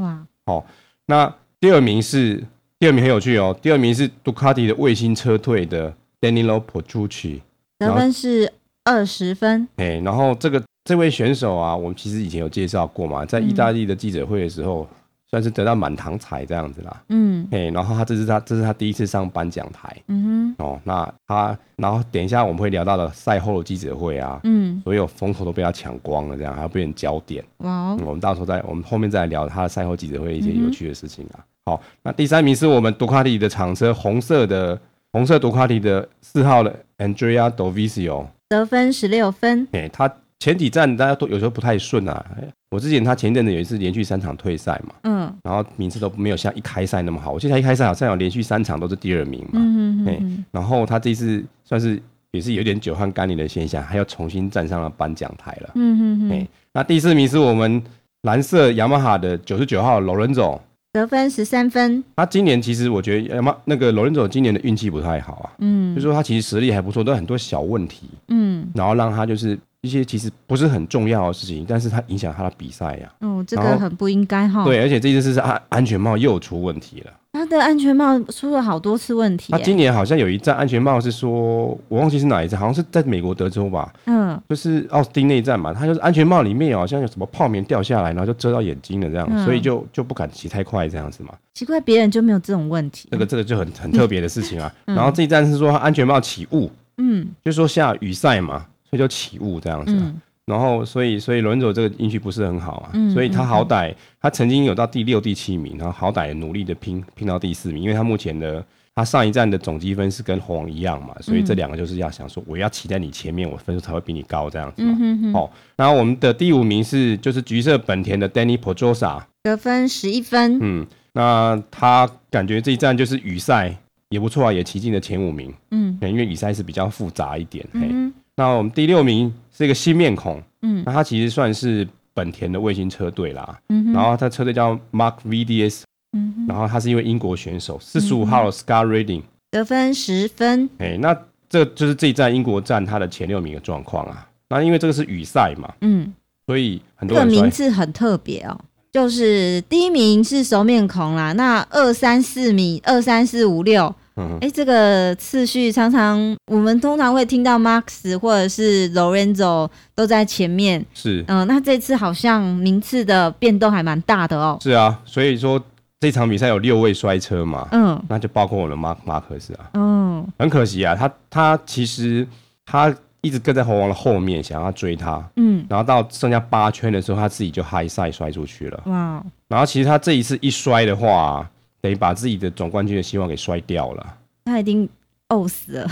Speaker 2: 哇，
Speaker 1: 那第二名是第二名很有趣哦，第二名是杜卡迪的卫星车队的 Danilo Petrucci，
Speaker 2: 得分是二十分，
Speaker 1: 哎，然后这个这位选手啊，我们其实以前有介绍过嘛，在意大利的记者会的时候，算是得到满堂彩这样子啦。
Speaker 2: 嗯
Speaker 1: 哎，然后他这是他这是他第一次上颁奖台
Speaker 2: 嗯哼
Speaker 1: 哦。那他，然后等一下我们会聊到的赛后的记者会啊，
Speaker 2: 嗯，
Speaker 1: 所有风头都被他抢光了，这样还要变成焦点。
Speaker 2: 哇哦，
Speaker 1: 嗯我们到时候再，我们后面再来聊他的赛后记者会一些有趣的事情啊。好，那第三名是我们杜卡迪的厂车，红色的红色杜卡迪的四号的 Andrea Dovizio，
Speaker 2: 得分十六分，
Speaker 1: 哎、他前几站大家都有时候不太顺啊。哎我之前他前一阵子有一次连续三场退赛嘛，
Speaker 2: 嗯
Speaker 1: 然后名次都没有像一开赛那么好。我记得他一开赛好像有连续三场都是第二名嘛，
Speaker 2: 嗯嗯
Speaker 1: 哎
Speaker 2: 嗯
Speaker 1: 然后他这次算是也是有点久旱甘霖的现象，他又重新站上了颁奖台了。
Speaker 2: 嗯嗯
Speaker 1: 哎、
Speaker 2: 嗯，
Speaker 1: 那第四名是我们蓝色雅马哈的九十九号罗伦总。
Speaker 2: 得分十三分，
Speaker 1: 他啊今年其实我觉得雅马那个罗伦总今年的运气不太好啊，
Speaker 2: 嗯
Speaker 1: 就说他其实实力还不错，但很多小问题，
Speaker 2: 嗯
Speaker 1: 然后让他就是一些其实不是很重要的事情，但是他影响他的比赛呀、
Speaker 2: 哦，这
Speaker 1: 然
Speaker 2: 个
Speaker 1: 后
Speaker 2: 很不应该哈。，
Speaker 1: 对，而且这一次是安安全帽又出问题了。
Speaker 2: 他的安全帽出了好多次问题欸
Speaker 1: 他
Speaker 2: 耶，
Speaker 1: 今年好像有一站安全帽是说，我忘记是哪一站，好像是在美国德州吧，
Speaker 2: 嗯
Speaker 1: 就是奥斯汀那一站嘛，他就是安全帽里面有好像有什么泡棉掉下来，然后就遮到眼睛了这样，
Speaker 2: 嗯
Speaker 1: 所以就就不敢骑太快这样子嘛。
Speaker 2: 奇怪，别人就没有这种问题。啊
Speaker 1: 这个这个就很很特别的事情啊。然后这一站是说他安全帽起雾，
Speaker 2: 嗯
Speaker 1: 就说下雨赛嘛，所以就起雾这样子啊、
Speaker 2: 嗯
Speaker 1: 然后所以所以轮走这个运气不是很好啊，
Speaker 2: 嗯
Speaker 1: 所以他好歹他曾经有到第六第七名，然后好歹努力的拼拼到第四名，因为他目前的。他上一站的总积分是跟红一样嘛，所以这两个就是要想说，我要骑在你前面，我分数才会比你高这样子嘛。
Speaker 2: 嗯哼哼，
Speaker 1: 哦，然后我们的第五名是就是橘色本田的 Danny p o d r o s a
Speaker 2: 得分十一分，
Speaker 1: 嗯，那他感觉这一站就是雨赛也不错啊，也骑进了前五名。
Speaker 2: 嗯
Speaker 1: 对因为雨赛是比较复杂一点。嘿，
Speaker 2: 嗯
Speaker 1: 那我们第六名是一个新面孔，
Speaker 2: 嗯
Speaker 1: 那他其实算是本田的卫星车队啦。
Speaker 2: 嗯哼
Speaker 1: 然后他车队叫 Mark VDS，
Speaker 2: 嗯哼，嗯
Speaker 1: 然后他是一位英国选手，四十五号 Scar Reading。
Speaker 2: 得分十分，
Speaker 1: 哎，那这就是这一站英国站他的前六名的状况啊。那因为这个是雨赛嘛，
Speaker 2: 嗯，
Speaker 1: 所以很
Speaker 2: 这
Speaker 1: 多
Speaker 2: 个
Speaker 1: 人
Speaker 2: 名
Speaker 1: 说哎
Speaker 2: 字很特别哦。就是第一名是熟面孔啦，那二三四名、二三四五六，
Speaker 1: 嗯
Speaker 2: 哎，这个次序常常我们通常会听到 Max 或者是 Lorenzo 都在前面，
Speaker 1: 是
Speaker 2: 嗯、那这次好像名次的变动还蛮大的哦，
Speaker 1: 是啊，所以说这场比赛有六位摔车嘛，
Speaker 2: 嗯
Speaker 1: 那就包括我的 Mark 马克思啊。
Speaker 2: 嗯
Speaker 1: 很可惜啊，他他其实他一直跟在猴王的后面，想要追他，
Speaker 2: 嗯，
Speaker 1: 然后到剩下八圈的时候，他自己就嗨赛摔出去了。
Speaker 2: 哇，哦
Speaker 1: 然后其实他这一次一摔的话、等于把自己的总冠军的希望给摔掉了。
Speaker 2: 他已经呕死了，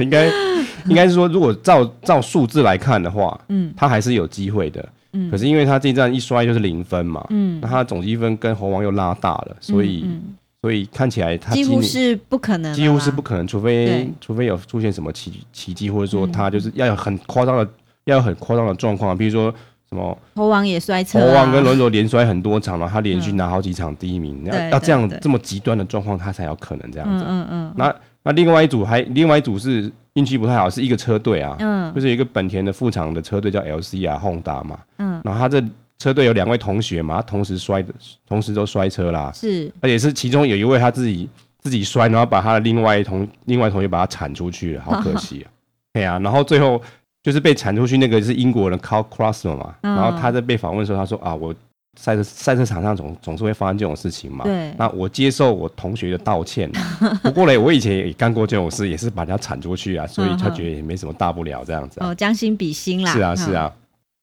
Speaker 1: 应 该应该是说，如果照照数字来看的话，
Speaker 2: 嗯
Speaker 1: 他还是有机会的。
Speaker 2: 嗯
Speaker 1: 可是因为他这一站一摔就是零分嘛，
Speaker 2: 嗯
Speaker 1: 那，他的总积分跟猴王又拉大了，所以、
Speaker 2: 嗯
Speaker 1: 所以看起来他
Speaker 2: 嗯几
Speaker 1: 今
Speaker 2: 乎
Speaker 1: 年
Speaker 2: 是不可能了啦，
Speaker 1: 几乎是不可能，除非
Speaker 2: 对嗯
Speaker 1: 除非有出现什么奇奇迹，或者说他就是要有很夸张的，要有很夸张的状况，比如说什么
Speaker 2: 猴王也摔车、
Speaker 1: 猴
Speaker 2: 啊，嗯
Speaker 1: 王跟轮轴连摔很多场，然后他连续拿好几场第一名，要
Speaker 2: 对
Speaker 1: 要
Speaker 2: 对
Speaker 1: 这样
Speaker 2: 对
Speaker 1: 这么极端的状况，他才有可能这样
Speaker 2: 嗯
Speaker 1: 子。
Speaker 2: 嗯嗯
Speaker 1: 那那另外一组还另外一组是运气不太好，是一个车队啊，
Speaker 2: 嗯
Speaker 1: 就是有一个本田的副厂的车队叫 LC 啊，Honda 嘛，
Speaker 2: 嗯，
Speaker 1: 然后他这车队有两位同学嘛，他同时摔的，同时都摔车啦，
Speaker 2: 是
Speaker 1: 而且是其中有一位他自己自己摔，然后把他的另外一同另外同学把他铲出去了，好可惜 啊！对啊，然后最后就是被铲出去那个是英国人 Carl Crossman 嘛，
Speaker 2: 嗯
Speaker 1: 然后他在被访问的时候他说啊，我赛车赛车场上总总是会发生这种事情嘛。
Speaker 2: 对，
Speaker 1: 那我接受我同学的道 歉，不过嘞，我以前也干过这种事，也是把人家铲出去啊，所以他觉得也没什么大不了这样子啊。
Speaker 2: 嗯哦，将心比心啦，
Speaker 1: 是啊，
Speaker 2: 嗯
Speaker 1: 是。啊，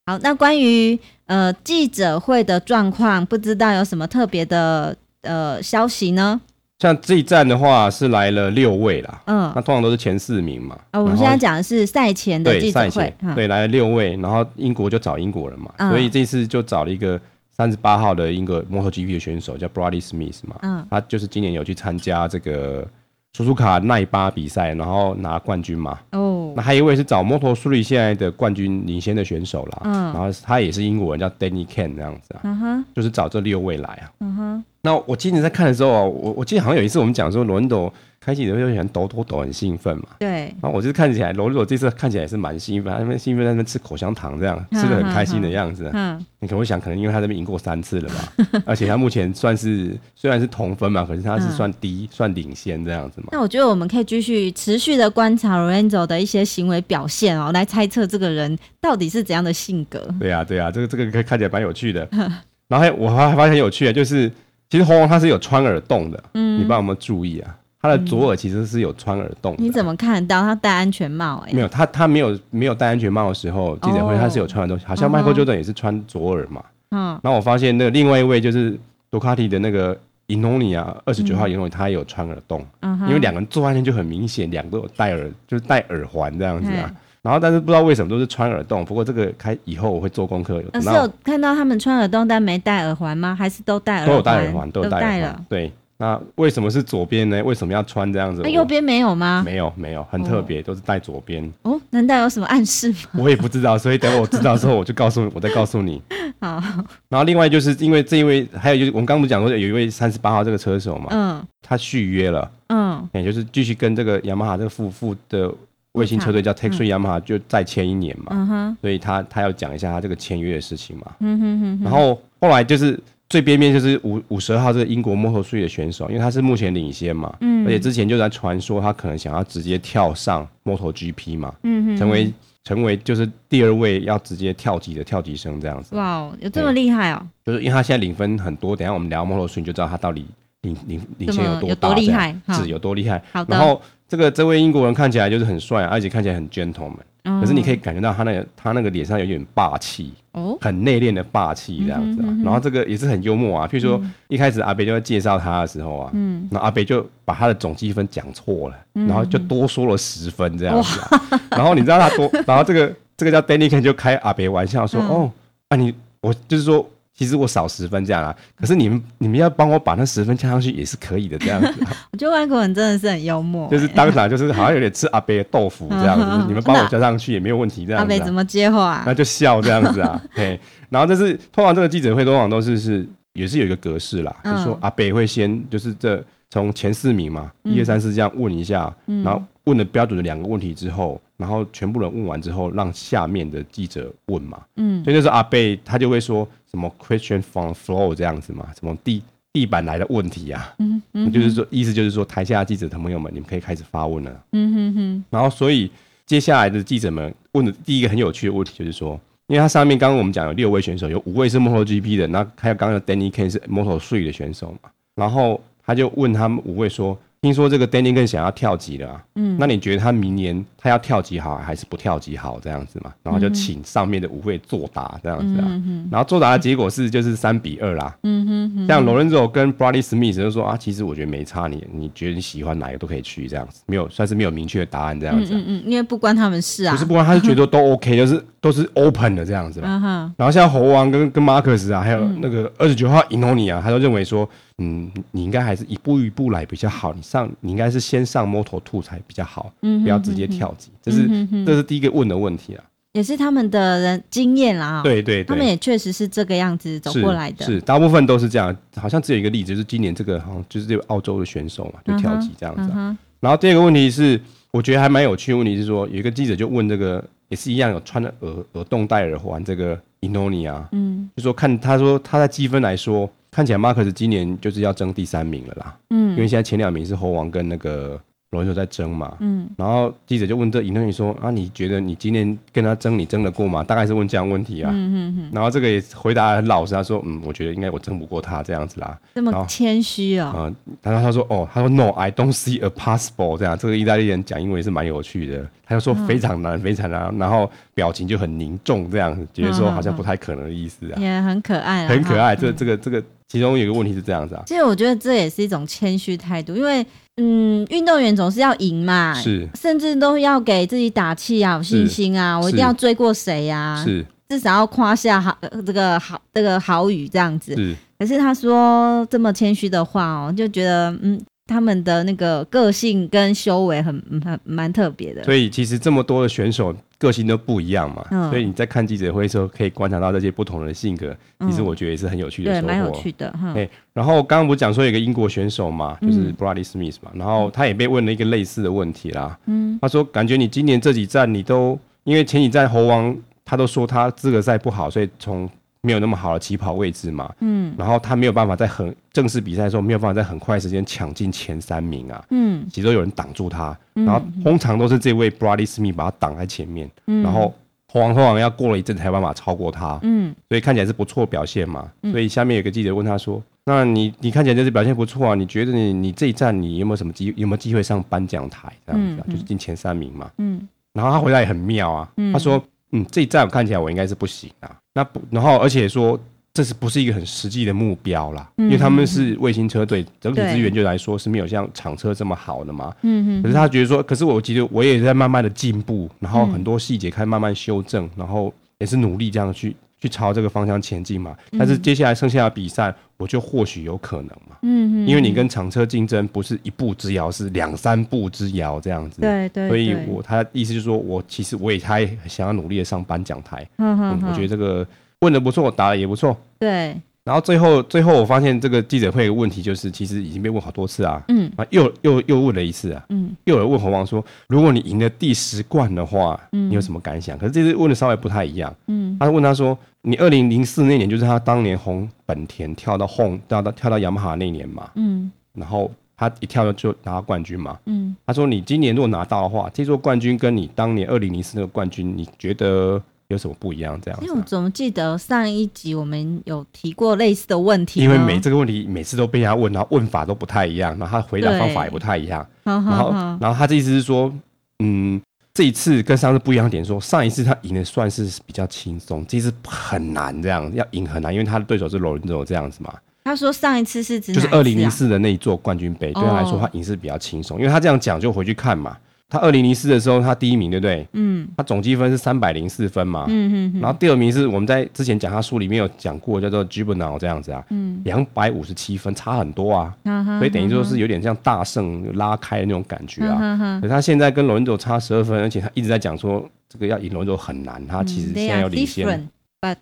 Speaker 2: 好，那关于呃记者会的状况，不知道有什么特别的呃消息呢？
Speaker 1: 像这一站的话是来了六位啦，
Speaker 2: 嗯，
Speaker 1: 那通常都是前四名嘛。
Speaker 2: 啊，我们
Speaker 1: 然后
Speaker 2: 现在讲的是赛前的
Speaker 1: 对
Speaker 2: 记
Speaker 1: 赛
Speaker 2: 者
Speaker 1: 前
Speaker 2: 会，哈，
Speaker 1: 对来了六位，然后英国就找英国人嘛，
Speaker 2: 嗯
Speaker 1: 所以这次就找了一个三十八号的英国摩托 GP 的选手叫 Brady Smith 嘛，
Speaker 2: 嗯
Speaker 1: 他就是今年有去参加这个苏苏卡奈巴比赛，然后拿冠军嘛。
Speaker 2: 哦
Speaker 1: 那，还有一位是找摩托苏里现在的冠军领先的选手啦，
Speaker 2: 嗯
Speaker 1: 然后他也是英国人，叫 Danny Ken 这样子啊，
Speaker 2: 嗯哼，
Speaker 1: 就是找这六位来啊。
Speaker 2: 嗯哼，
Speaker 1: 那我今年在看的时候啊，我我记得好像有一次我们讲说，罗恩斗开启的时候就想抖抖抖，很兴奋嘛。
Speaker 2: 对，
Speaker 1: 然后我就是看起来，罗罗这次看起来也是蛮兴奋，他那边兴奋在那边吃口香糖，这样吃的很开心的样子。
Speaker 2: 嗯，
Speaker 1: 你可能会想，可能因为他这边赢过三次了吧，而且他目前算是虽然是同分嘛，可是他
Speaker 2: 嗯
Speaker 1: 是算第一，算领先这样子嘛。
Speaker 2: 那我觉得我们可以继续持续的观察 Lorenzo 的一些行为表现哦，来猜测这个人到底是怎样的性格。
Speaker 1: 对啊，对啊，这个这个看看起来蛮有趣的。
Speaker 2: 嗯
Speaker 1: 然后还我还发现很有趣的，就是其实红红他是有穿耳洞的，嗯，你不知道有没有注意啊？他的左耳其实是有穿耳洞的。
Speaker 2: 嗯你怎么看得到他戴安全帽、
Speaker 1: 没
Speaker 2: 哎，
Speaker 1: 有，他他没有没有戴安全帽的时候，记者会
Speaker 2: 哦
Speaker 1: 他是有穿的东西，好像
Speaker 2: 嗯哼
Speaker 1: Michael Jordan 也是穿左耳嘛。
Speaker 2: 嗯，
Speaker 1: 然后我发现那个另外一位就是杜卡迪的那个伊诺尼啊，二十九号伊诺尼，他也有穿耳洞，
Speaker 2: 嗯哼
Speaker 1: 因为两个人坐在那就很明显，两个都有戴耳，就是戴耳环这样子啊。然后但是不知道为什么都是穿耳洞，不过这个开以后我会做功课，有
Speaker 2: 呃
Speaker 1: 等
Speaker 2: 是
Speaker 1: 到
Speaker 2: 有看到他们穿耳洞但没戴耳环吗？还是都戴耳环？
Speaker 1: 都有戴耳环，都有戴耳
Speaker 2: 了
Speaker 1: 环。。对，那为什么是左边呢？为什么要穿这样子？
Speaker 2: 那、
Speaker 1: 我
Speaker 2: 哎右边没有吗？
Speaker 1: 没有没有，很特别，都是戴左边。
Speaker 2: 哦，难道有什么暗示吗？
Speaker 1: 我也不知道，所以等我知道之后，我就告诉你，我再告诉你。
Speaker 2: 好，
Speaker 1: 然后另外就是因为这一位，还有就是我们刚不是讲说有一位三十八号这个车手嘛，
Speaker 2: 嗯
Speaker 1: 他续约了，
Speaker 2: 嗯
Speaker 1: 也哎就是继续跟这个雅马哈这个夫妇的卫星车队叫 t e x a Yamaha 就再签一年嘛，
Speaker 2: 嗯哼
Speaker 1: 所以他他要讲一下他这个签约的事情嘛。
Speaker 2: 嗯哼哼哼，
Speaker 1: 然后后来就是最边边就是五五十二号这个英国 Moto3 的选手，因为他是目前领先嘛，
Speaker 2: 嗯
Speaker 1: 而且之前就在传说他可能想要直接跳上 MotoGP 嘛，
Speaker 2: 嗯哼，
Speaker 1: 成为成为就是第二位要直接跳级的跳级生这样子。
Speaker 2: 哇哦，有这么厉害哦，
Speaker 1: 就是因为他现在领分很多，等一下我们聊 Moto3 你就知道他到底领领领先有
Speaker 2: 么有
Speaker 1: 大
Speaker 2: 多
Speaker 1: 这
Speaker 2: 厉
Speaker 1: 样
Speaker 2: 害？好
Speaker 1: 是有多厉害。
Speaker 2: 好的
Speaker 1: 然后这个这位英国人看起来就是很帅、而且看起来很 gentleman，、可是
Speaker 2: 嗯
Speaker 1: 你可以感觉到他那个他那个脸上有点霸气，
Speaker 2: 哦，
Speaker 1: 很内敛的霸气这样子、啊。然后这个也是很幽默啊，譬如说、一开始阿北就在介绍他的时候啊，嗯，那阿北就把他的总积分讲错了，然后就多说了十分这样子、啊。然后你知道他多，然后这个这个叫 Danny Ken 就开阿北玩笑说，哦，啊你我就是说。其实我少十分这样啊，可是你们你们要帮我把那十分加上去也是可以的这样子、啊。
Speaker 2: 我觉得外国人真的是很幽默、啊
Speaker 1: 就是当场就是好像有点吃阿伯的豆腐这样
Speaker 2: 嗯嗯
Speaker 1: 子，
Speaker 2: 嗯
Speaker 1: 你们帮我
Speaker 2: 真
Speaker 1: 加上去也没有问题这
Speaker 2: 阿
Speaker 1: 样子
Speaker 2: 北
Speaker 1: 啊、
Speaker 2: 怎么接话、
Speaker 1: 那
Speaker 2: 啊？
Speaker 1: 就笑这样子 啊，嘿，然后这是通常这个记者会通常都是是也是有一个格式啦，
Speaker 2: 嗯
Speaker 1: 就是说阿北会先就是这从前四名嘛，
Speaker 2: 嗯
Speaker 1: 一二三四这样问一下，然后问了标准的两个问题之后，然后全部人问完之后，让下面的记者问嘛，
Speaker 2: 嗯
Speaker 1: 所以那时候阿贝他就会说什么 question from floor 这样子嘛，什么地地板来的问题啊，
Speaker 2: 嗯嗯
Speaker 1: 就是说意思就是说台下的记者朋友们，你们可以开始发问了。
Speaker 2: 嗯哼哼，
Speaker 1: 然后所以接下来的记者们问的第一个很有趣的问题就是说，因为他上面刚刚我们讲有六位选手，有五位是 MotoGP 的，然后还有刚刚的 Danny Kane 是 Moto3 的选手嘛，然后他就问他们五位说，听说这个 Danny Kane 想要跳级了啊，嗯，那你觉得他明年他要跳级好还是不跳级好这样子
Speaker 2: 嗯
Speaker 1: 嘛？然后就请上面的五位作答这样子啊，然后作答的结果是就是三比二啦，
Speaker 2: 嗯哼哼，
Speaker 1: 像 Lorenzo 跟 Bradley Smith 就说啊，其实我觉得没差你，你觉得你喜欢哪个都可以去这样子，没有算是没有明确的答案这样
Speaker 2: 嗯
Speaker 1: 子啊、
Speaker 2: 嗯嗯，因为不关他们事啊
Speaker 1: 不是，，不管他是觉得都 OK，就是都是 open 的这样子嘛。
Speaker 2: 嗯哼，
Speaker 1: 然后像猴王跟跟马克思啊，还有那个二十九号伊诺尼啊，他都认为说，嗯，你应该还是一步一步来比较好。你上你应该是先上 Moto Two 才比较好，不要直接跳级。这是这是第一个问的问题啊。
Speaker 2: 也是他们的人经验啦、哦，，
Speaker 1: 对对
Speaker 2: 他们
Speaker 1: 对，
Speaker 2: 也确实是这个样子走
Speaker 1: 是
Speaker 2: 过来的，
Speaker 1: 是大部分都是这样。好像只有一个例子，就是今年这个好像就是这个澳洲的选手嘛，就跳级这样子
Speaker 2: 嗯
Speaker 1: 啊。
Speaker 2: 哼，
Speaker 1: 然后第二个问题是，我觉得还蛮有趣的问题是说，有一个记者就问这个，也是一样有穿着耳耳洞戴耳环这个 Inoni 啊，
Speaker 2: 嗯
Speaker 1: 就说看他说他在积分来说，看起来马克斯今年就是要争第三名了啦，因
Speaker 2: 嗯
Speaker 1: 为现在前两名是猴王跟那个罗恩手在争嘛。
Speaker 2: 嗯
Speaker 1: 然后记者就问这 Inoni 说啊，你觉得你今年跟他争，你争得过吗？大概是问这样的问题啊。
Speaker 2: 嗯哼哼，
Speaker 1: 然后这个也回答得很老实，他说嗯，我觉得应该我争不过他这样子啦。
Speaker 2: 这
Speaker 1: 然
Speaker 2: 么
Speaker 1: 后
Speaker 2: 谦虚哦，
Speaker 1: 啊、然后他说哦，他说 No, I don't see a possible。这样，这个意大利人讲英文也是蛮有趣的。他就说非常
Speaker 2: 嗯
Speaker 1: 难，非常难，然后表情就很凝重，这样觉得说
Speaker 2: 嗯
Speaker 1: 好像不太可能的意思啊，
Speaker 2: 也很可爱啊，
Speaker 1: 很可
Speaker 2: 哈
Speaker 1: 爱。这这个这个，其中有一个问题是这样子啊，
Speaker 2: 其实我觉得这也是一种谦虚态度，因为嗯，运动员总是要赢嘛，
Speaker 1: 是
Speaker 2: 甚至都要给自己打气啊，有信心啊，我一定要追过谁呀、啊，
Speaker 1: 是
Speaker 2: 至少要夸下好呃这个好这个好语这样子。
Speaker 1: 是
Speaker 2: 可是他说这么谦虚的话哦，就觉得嗯，他们的那个个性跟修为很嗯很蛮特别的。
Speaker 1: 所以其实这么多的选手个性都不一样嘛，
Speaker 2: 嗯
Speaker 1: 所以你在看记者会的时候可以观察到这些不同的性格，
Speaker 2: 嗯
Speaker 1: 其实我觉得也是很有趣的
Speaker 2: 对，
Speaker 1: 收获。
Speaker 2: 蛮有趣的哈。
Speaker 1: 哎然后刚刚不是讲说有一个英国选手嘛，就是
Speaker 2: 嗯
Speaker 1: Brady Smith 嘛，然后他也被问了一个类似的问题啦。
Speaker 2: 嗯，
Speaker 1: 他说感觉你今年这几站你都因为前几站猴王他都说他资格赛不好，所以从没有那么好的起跑位置嘛，
Speaker 2: 嗯
Speaker 1: 然后他没有办法在很正式比赛的时候没有办法在很快时间抢进前三名啊，
Speaker 2: 嗯
Speaker 1: 其实都有人挡住他，然后通常都是这位 Brady Smith 把他挡在前面，然后猴王通常要过了一阵才有办法超过他，
Speaker 2: 嗯
Speaker 1: 所以看起来是不错表现嘛。所以下面有个记者问他说：“那你你看起来就是表现不错啊，你觉得你你这一站你有没有什么机有没有机会上颁奖台这样子啊？
Speaker 2: 嗯嗯
Speaker 1: 就是进前三名嘛。”
Speaker 2: 嗯
Speaker 1: 然后他回答也很妙啊，
Speaker 2: 嗯
Speaker 1: 他说：“嗯，这一站看起来我应该是不行啊。那不，然后而且说这是不是一个很实际的目标啦？
Speaker 2: 嗯
Speaker 1: 因为他们是卫星车队，整体
Speaker 2: 对
Speaker 1: 资源就来说是没有像厂车这么好的嘛。
Speaker 2: 嗯
Speaker 1: 可
Speaker 2: 嗯
Speaker 1: 是他觉得说，可是我觉得我也在慢慢的进步，然后
Speaker 2: 嗯
Speaker 1: 很多细节开始慢慢修正，然后也是努力这样去去朝这个方向前进嘛。
Speaker 2: 嗯
Speaker 1: 但是接下来剩下的比赛，我就或许有可能嘛，
Speaker 2: 嗯，
Speaker 1: 因为你跟厂车竞争不是一步之遥，是两三步之遥这样子。
Speaker 2: 对对，
Speaker 1: 所以
Speaker 2: 对
Speaker 1: 我他意思就是说我其实我也他也想要努力的上颁奖台，
Speaker 2: 哼
Speaker 1: 嗯
Speaker 2: 哼，
Speaker 1: 我
Speaker 2: 哼
Speaker 1: 觉得这个问的不错，答的也不错。
Speaker 2: 对，
Speaker 1: 然后最后最后我发现这个记者会的问题就是，其实已经被问好多次啊，
Speaker 2: 嗯
Speaker 1: 啊又又又问了一次啊，
Speaker 2: 嗯
Speaker 1: 又有人问猴王说：“如果你赢了第十冠的话，
Speaker 2: 嗯
Speaker 1: 你有什么感想？”可是这次问的稍微不太一样。
Speaker 2: 嗯
Speaker 1: 他问他说：“你二零零四那年，就是他当年红本田跳到 Home 跳到跳到雅马哈那年嘛，
Speaker 2: 嗯
Speaker 1: 然后他一跳就拿到冠军嘛。
Speaker 2: 嗯
Speaker 1: 他说：‘你今年如果拿到的话，这座冠军跟你当年二零零四那个冠军，你觉得有什么不一样？’这样
Speaker 2: 因
Speaker 1: 子
Speaker 2: 为
Speaker 1: 啊、
Speaker 2: 我怎么记得上一集我们有提过类似的问题呢，
Speaker 1: 因
Speaker 2: 啊
Speaker 1: 为每这个问题每次都被他问，然后问法都不太一样，然后他回答方法也不太一样。
Speaker 2: 好
Speaker 1: 然
Speaker 2: 好
Speaker 1: 后
Speaker 2: 好，，
Speaker 1: 然后他的意思是说，嗯，这一次跟上次不一样的点说，上一次他赢的算是比较轻松，这一次很难，这样要赢很难，因为他的对手是罗伦佐这样子嘛，
Speaker 2: 他说上一次是指
Speaker 1: 嗯就是
Speaker 2: 哪
Speaker 1: 二零
Speaker 2: 一次啊
Speaker 1: 零四的那一座冠军杯，对他来说
Speaker 2: 哦
Speaker 1: 他赢是比较轻松，因为他这样讲就回去看嘛，他二零零四的时候他第一名对不对？
Speaker 2: 嗯
Speaker 1: 他总积分是三百零四分嘛，
Speaker 2: 嗯嗯
Speaker 1: 然后第二名是我们在之前讲他书里面有讲过叫做 Juvenal 这样子啊，
Speaker 2: 嗯
Speaker 1: 两百五十七分差很多啊，
Speaker 2: 嗯，
Speaker 1: 所以等于说
Speaker 2: 哼
Speaker 1: 是有点像大胜拉开的那种感觉啊。
Speaker 2: 嗯哼哼
Speaker 1: 可是他现在跟罗恩佐差十二分，而且他一直在讲说这个要赢罗恩佐很难，他其实现
Speaker 2: 嗯 They
Speaker 1: 在
Speaker 2: are
Speaker 1: 要领先。
Speaker 2: different, but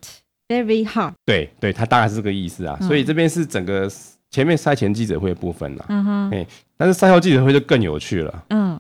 Speaker 2: very hard。
Speaker 1: 对对，他大概是这个意思啊。
Speaker 2: 嗯
Speaker 1: 所以这边是整个前面赛前记者会的部分啦、
Speaker 2: 嗯哼，
Speaker 1: 但是赛后记者会就更有趣了。
Speaker 2: 嗯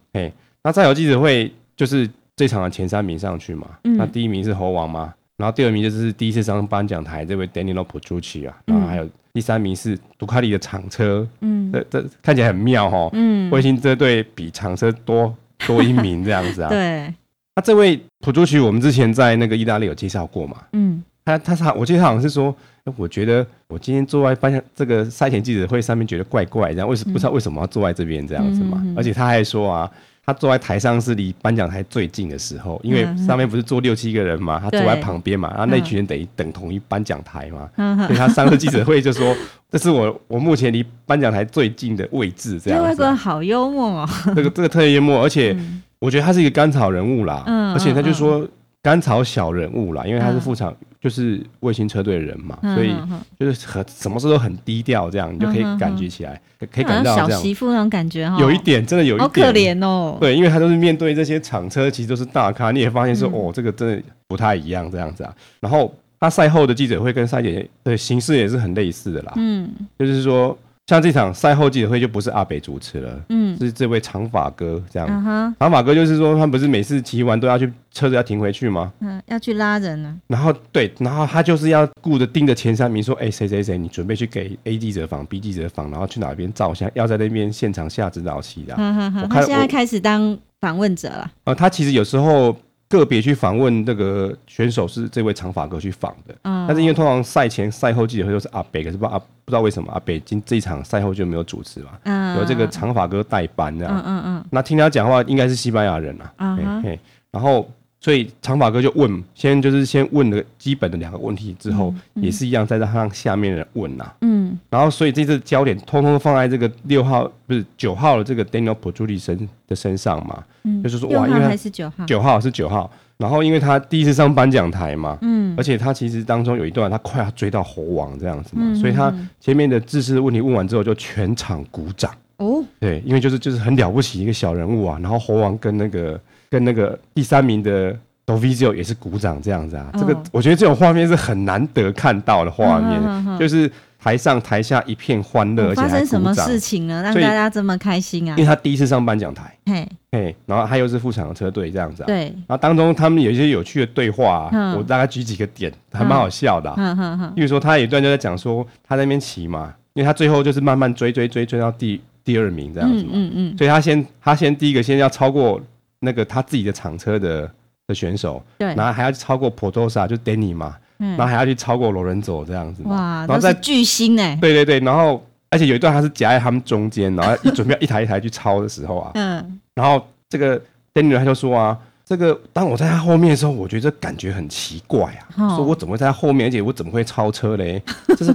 Speaker 1: 那赛后记者会就是这场的前三名上去嘛，
Speaker 2: 嗯
Speaker 1: 那第一名是猴王嘛，然后第二名就是第一次上颁奖台这位 Danilo Petrucci 啊，
Speaker 2: 嗯
Speaker 1: 然后还有第三名是杜卡迪的厂车，
Speaker 2: 嗯
Speaker 1: 这这看起来很妙哦。
Speaker 2: 嗯，
Speaker 1: 卫星车队比厂车多多一名这样子啊。
Speaker 2: 对，
Speaker 1: 那这位普朱奇，我们之前在那个意大利有介绍过嘛？
Speaker 2: 嗯
Speaker 1: 他他他，我记得他好像是说，诶我觉得我今天坐在颁奖这个赛前记者会上面觉得怪怪，这样为什不知道为什么要坐在这边这样子嘛？
Speaker 2: 嗯嗯嗯嗯
Speaker 1: 而且他还说啊，他坐在台上是离颁奖台最近的时候，因为
Speaker 2: 嗯嗯
Speaker 1: 上面不是坐六七个人嘛，他坐
Speaker 2: 对嗯
Speaker 1: 在旁边嘛，然后那群人等于等同于颁奖台嘛，
Speaker 2: 哼
Speaker 1: 所以
Speaker 2: 哼，
Speaker 1: 他上次记者会就说， 这是我我目前离颁奖台最近的位置这
Speaker 2: 这
Speaker 1: 样
Speaker 2: 外
Speaker 1: 子
Speaker 2: 国
Speaker 1: 啊、
Speaker 2: 人好幽默哦。
Speaker 1: 这个这个特别幽默，而且我觉得他是一个甘草人物啦，
Speaker 2: 嗯
Speaker 1: 而且他就说甘草小人物啦，因为他是副厂，就是卫星车队的人嘛，
Speaker 2: 嗯
Speaker 1: 所以
Speaker 2: 哼哼
Speaker 1: 就是很什么事都很低调，这样你就可以
Speaker 2: 嗯嗯嗯
Speaker 1: 感觉起来，可以
Speaker 2: 好
Speaker 1: 感觉
Speaker 2: 像
Speaker 1: 到
Speaker 2: 小
Speaker 1: 这样，
Speaker 2: 媳妇那种感觉哈，哦
Speaker 1: 有一点真的有一点
Speaker 2: 好可。怜哦。
Speaker 1: 对，因为他都是面对这些厂车，其实都是大咖，你也发现说、
Speaker 2: 嗯
Speaker 1: 哦，这个真的不太一样这样子啊。然后他赛后的记者会跟赛前的形式也是很类似的啦，
Speaker 2: 嗯
Speaker 1: 就是说像这场赛后记者会就不是阿北主持了，
Speaker 2: 嗯
Speaker 1: 是这位长发哥这样
Speaker 2: 嗯哼
Speaker 1: 然后马哥就是说，他不是每次骑完都要去车子要停回去吗？
Speaker 2: 嗯，要去拉人呢。
Speaker 1: 然后对，然后他就是要顾着盯着前三名说，哎，谁谁谁，你准备去给 A 记者访、B 记者访，然后去哪边照相，要在那边现场下指导棋的。
Speaker 2: 哼哼
Speaker 1: 嗯我看
Speaker 2: 哼，嗯他现在
Speaker 1: 我
Speaker 2: 开始当访问者了。
Speaker 1: 呃，他其实有时候个别去访问那个选手是这位长发哥去访的，
Speaker 2: 嗯，
Speaker 1: 但是因为通常赛前赛后记者会都是阿北，可是不知道阿不知道为什么阿北今这一场赛后就没有主持嘛，
Speaker 2: 嗯
Speaker 1: 由这个长发哥代班啊这样
Speaker 2: 嗯。嗯嗯
Speaker 1: 那听他讲话应该是西班牙人啊，
Speaker 2: 啊哈
Speaker 1: 嘿嘿然后所以长发哥就问，先就是先问了基本的两个问题之后，也是一样再让下面的人问呐、
Speaker 2: 嗯
Speaker 1: 然后所以这次焦点通通放在这个六号不是九号的这个 Daniel p o t u l i 身的身上嘛，
Speaker 2: 嗯，
Speaker 1: 就是说
Speaker 2: 六
Speaker 1: 哇，
Speaker 2: 号
Speaker 1: 因为
Speaker 2: 还
Speaker 1: 他
Speaker 2: 是九号？
Speaker 1: 九号是九号，然后因为他第一次上颁奖台嘛。
Speaker 2: 嗯
Speaker 1: 而且他其实当中有一段，他快要追到猴王这样子嘛，
Speaker 2: 嗯
Speaker 1: 所以他
Speaker 2: 嗯
Speaker 1: 前面的自私的问题问完之后，就全场鼓掌。
Speaker 2: 嗯哦，
Speaker 1: 对，因为就是就是很了不起一个小人物啊，然后猴王跟那个跟那个第三名的 Dovizio 也是鼓掌这样子啊，这个
Speaker 2: 嗯
Speaker 1: 我觉得这种画面是很难得看到的画面，
Speaker 2: 嗯嗯嗯嗯
Speaker 1: 就是台上台下一片欢乐，而且
Speaker 2: 发
Speaker 1: 还
Speaker 2: 生什么
Speaker 1: 鼓掌
Speaker 2: 事情了，让
Speaker 1: 所
Speaker 2: 大
Speaker 1: 以
Speaker 2: 家这么开心啊
Speaker 1: 因为？他第一次上颁奖台，
Speaker 2: 嘿，
Speaker 1: 嘿，然后他又是副厂的车队这样子啊，
Speaker 2: 对，
Speaker 1: 然后当中他们有一些有趣的对话、啊，
Speaker 2: 嗯
Speaker 1: 我大概举几个点，还蛮好笑的、啊。
Speaker 2: 哼哼哼，
Speaker 1: 例如说，他有一段就在讲说他在那边骑嘛，因为他最后就是慢慢追追追追到第第二名这样子
Speaker 2: 嗯
Speaker 1: 嘛，
Speaker 2: 嗯嗯，
Speaker 1: 所以他先他先第一个先要超过那个他自己的厂车的的选手，
Speaker 2: 对，
Speaker 1: 然后还要超过 Portosa 就 Danny 嘛，
Speaker 2: 嗯
Speaker 1: 然后还要去超过罗伦佐这样子嘛，
Speaker 2: 哇，
Speaker 1: 然
Speaker 2: 都
Speaker 1: 后
Speaker 2: 是
Speaker 1: 再
Speaker 2: 巨星哎，
Speaker 1: 对对对，然后而且有一段他是夹在他们中间，然后一准备要一台一台去超的时候啊，
Speaker 2: 嗯，
Speaker 1: 然后这个 Danny 他就说啊。这个当我在他后面的时候，我觉得这感觉很奇怪啊，
Speaker 2: 哦
Speaker 1: 说我怎么会在他后面，而且我怎么会超车嘞？ 就是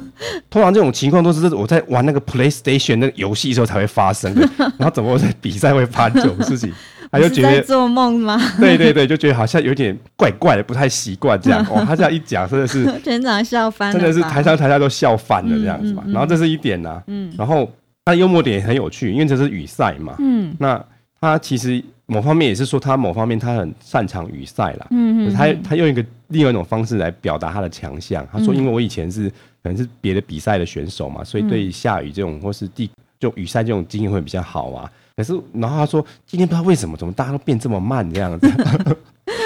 Speaker 1: 通常这种情况都是我在玩那个 PlayStation 那个游戏的时候才会发生 的，然后怎么会在比赛会发生这种事情？他就
Speaker 2: 你是
Speaker 1: 觉
Speaker 2: 在
Speaker 1: 得
Speaker 2: 做梦吗？
Speaker 1: 对对对，就觉得好像有点怪怪的，不太习惯 这样。哦，他这样一讲，真的是
Speaker 2: 全场笑翻了
Speaker 1: 真
Speaker 2: 吧，
Speaker 1: 的是台上台下都笑翻了这样子嘛。
Speaker 2: 嗯嗯嗯
Speaker 1: 然后这是一点呐、
Speaker 2: 嗯
Speaker 1: 然后他幽默点也很有趣，因为这是雨赛嘛。
Speaker 2: 嗯
Speaker 1: 那他其实某方面也是说他某方面他很擅长雨赛啦。可
Speaker 2: 嗯
Speaker 1: 是
Speaker 2: 嗯，
Speaker 1: 他他用一个另外一种方式来表达他的强项。他
Speaker 2: 嗯
Speaker 1: 说，因为我以前是可能是别的比赛的选手嘛，所以对下雨这种或是地就雨赛这种经验会比较好啊。可是然后他说，今天不知道为什么，怎么大家都变这么慢这样子。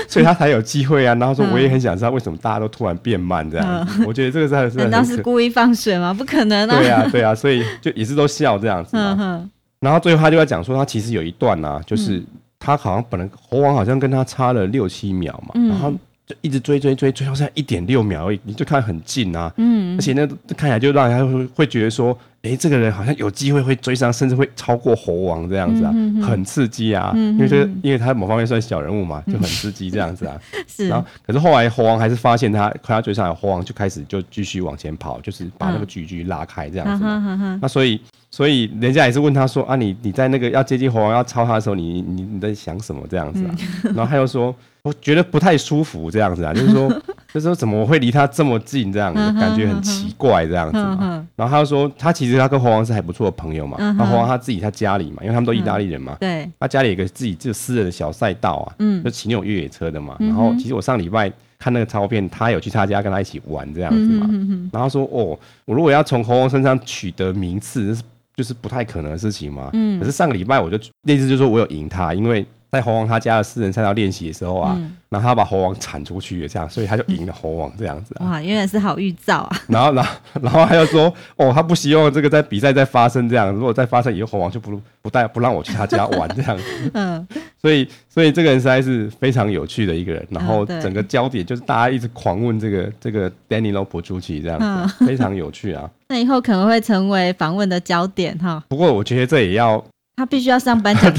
Speaker 1: 所以他才有机会啊，然后说我也很想知道为什么大家都突然变慢这样子，我觉得这个真的是
Speaker 2: 难
Speaker 1: 很
Speaker 2: 道是
Speaker 1: 可
Speaker 2: 故意放水吗？不可能啊，
Speaker 1: 对啊对啊，所以就也是都笑这样子嘛
Speaker 2: 嗯。哼，
Speaker 1: 然后最后他就在讲说，他其实有一段
Speaker 2: 嗯
Speaker 1: 啊，就是他好像本来猴王好像跟他差了六七秒嘛，
Speaker 2: 嗯
Speaker 1: 然后就一直追追追追到现在一点六秒而已，你就看很近啊，
Speaker 2: 嗯
Speaker 1: 而且那看起来就让人家会会觉得说，诶，这个人好像有机会会追上，甚至会超过猴王这样子啊，
Speaker 2: 嗯嗯嗯
Speaker 1: 很刺激啊，
Speaker 2: 嗯嗯嗯
Speaker 1: 因为这因为他某方面算小人物嘛，就很刺激这样子啊。
Speaker 2: 是，
Speaker 1: 然后可是后来猴王还是发现他快要追上来，猴王就开始就继续往前跑，就是把那个
Speaker 2: 嗯
Speaker 1: 距距拉开这样
Speaker 2: 哈
Speaker 1: 子嘛。
Speaker 2: 哈哈哈，
Speaker 1: 那所以，所以人家也是问他说啊，你你在那个要接近猴王要超他的时候，你你你在想什么这样子啊？
Speaker 2: 嗯
Speaker 1: 然后他又说，我觉得不太舒服这样子啊，就是说， 就是说怎么我会离他这么近这样子
Speaker 2: 嗯，哼
Speaker 1: 感觉很奇怪这样子
Speaker 2: 嗯
Speaker 1: 嘛。
Speaker 2: 哼，
Speaker 1: 然后他又说，他其实他跟猴王是还不错的朋友嘛，
Speaker 2: 嗯哼
Speaker 1: 那猴王他自己他家里嘛，因为他们都意大利人嘛，
Speaker 2: 对，
Speaker 1: 他家里有一个自己就私人的小赛道啊，
Speaker 2: 嗯
Speaker 1: 就骑那种越野车的嘛。
Speaker 2: 嗯哼
Speaker 1: 然后其实我上礼拜看那个照片，他有去他家跟他一起玩这样子
Speaker 2: 嗯
Speaker 1: 嘛
Speaker 2: 哼。哼哼，
Speaker 1: 然后说哦，我如果要从猴王身上取得名次，这是就是不太可能的事情嘛。
Speaker 2: 嗯
Speaker 1: 可是上个礼拜我就那次就说我有赢他，因为在猴王他家的私人赛道练习的时候啊，
Speaker 2: 嗯
Speaker 1: 然后他把猴王铲出去了，这样，所以他就赢了猴王这样子啊。
Speaker 2: 哇，原来是好预兆啊，
Speaker 1: 然后，然后，然后他又说，哦，他不希望这个在比赛再发生这样，如果再发生以后，猴王就不不带不让我去他家玩这样。
Speaker 2: 嗯，
Speaker 1: 所以，所以这个人实在是非常有趣的一个人。然后
Speaker 2: 啊对
Speaker 1: 整个焦点就是大家一直狂问这个这个 Danny l o p o 出去这样子啊，
Speaker 2: 嗯
Speaker 1: 非常有趣啊。
Speaker 2: 那以后可能会成为访问的焦点哈，
Speaker 1: 不过我觉得这也要，
Speaker 2: 他必须要上 班讲，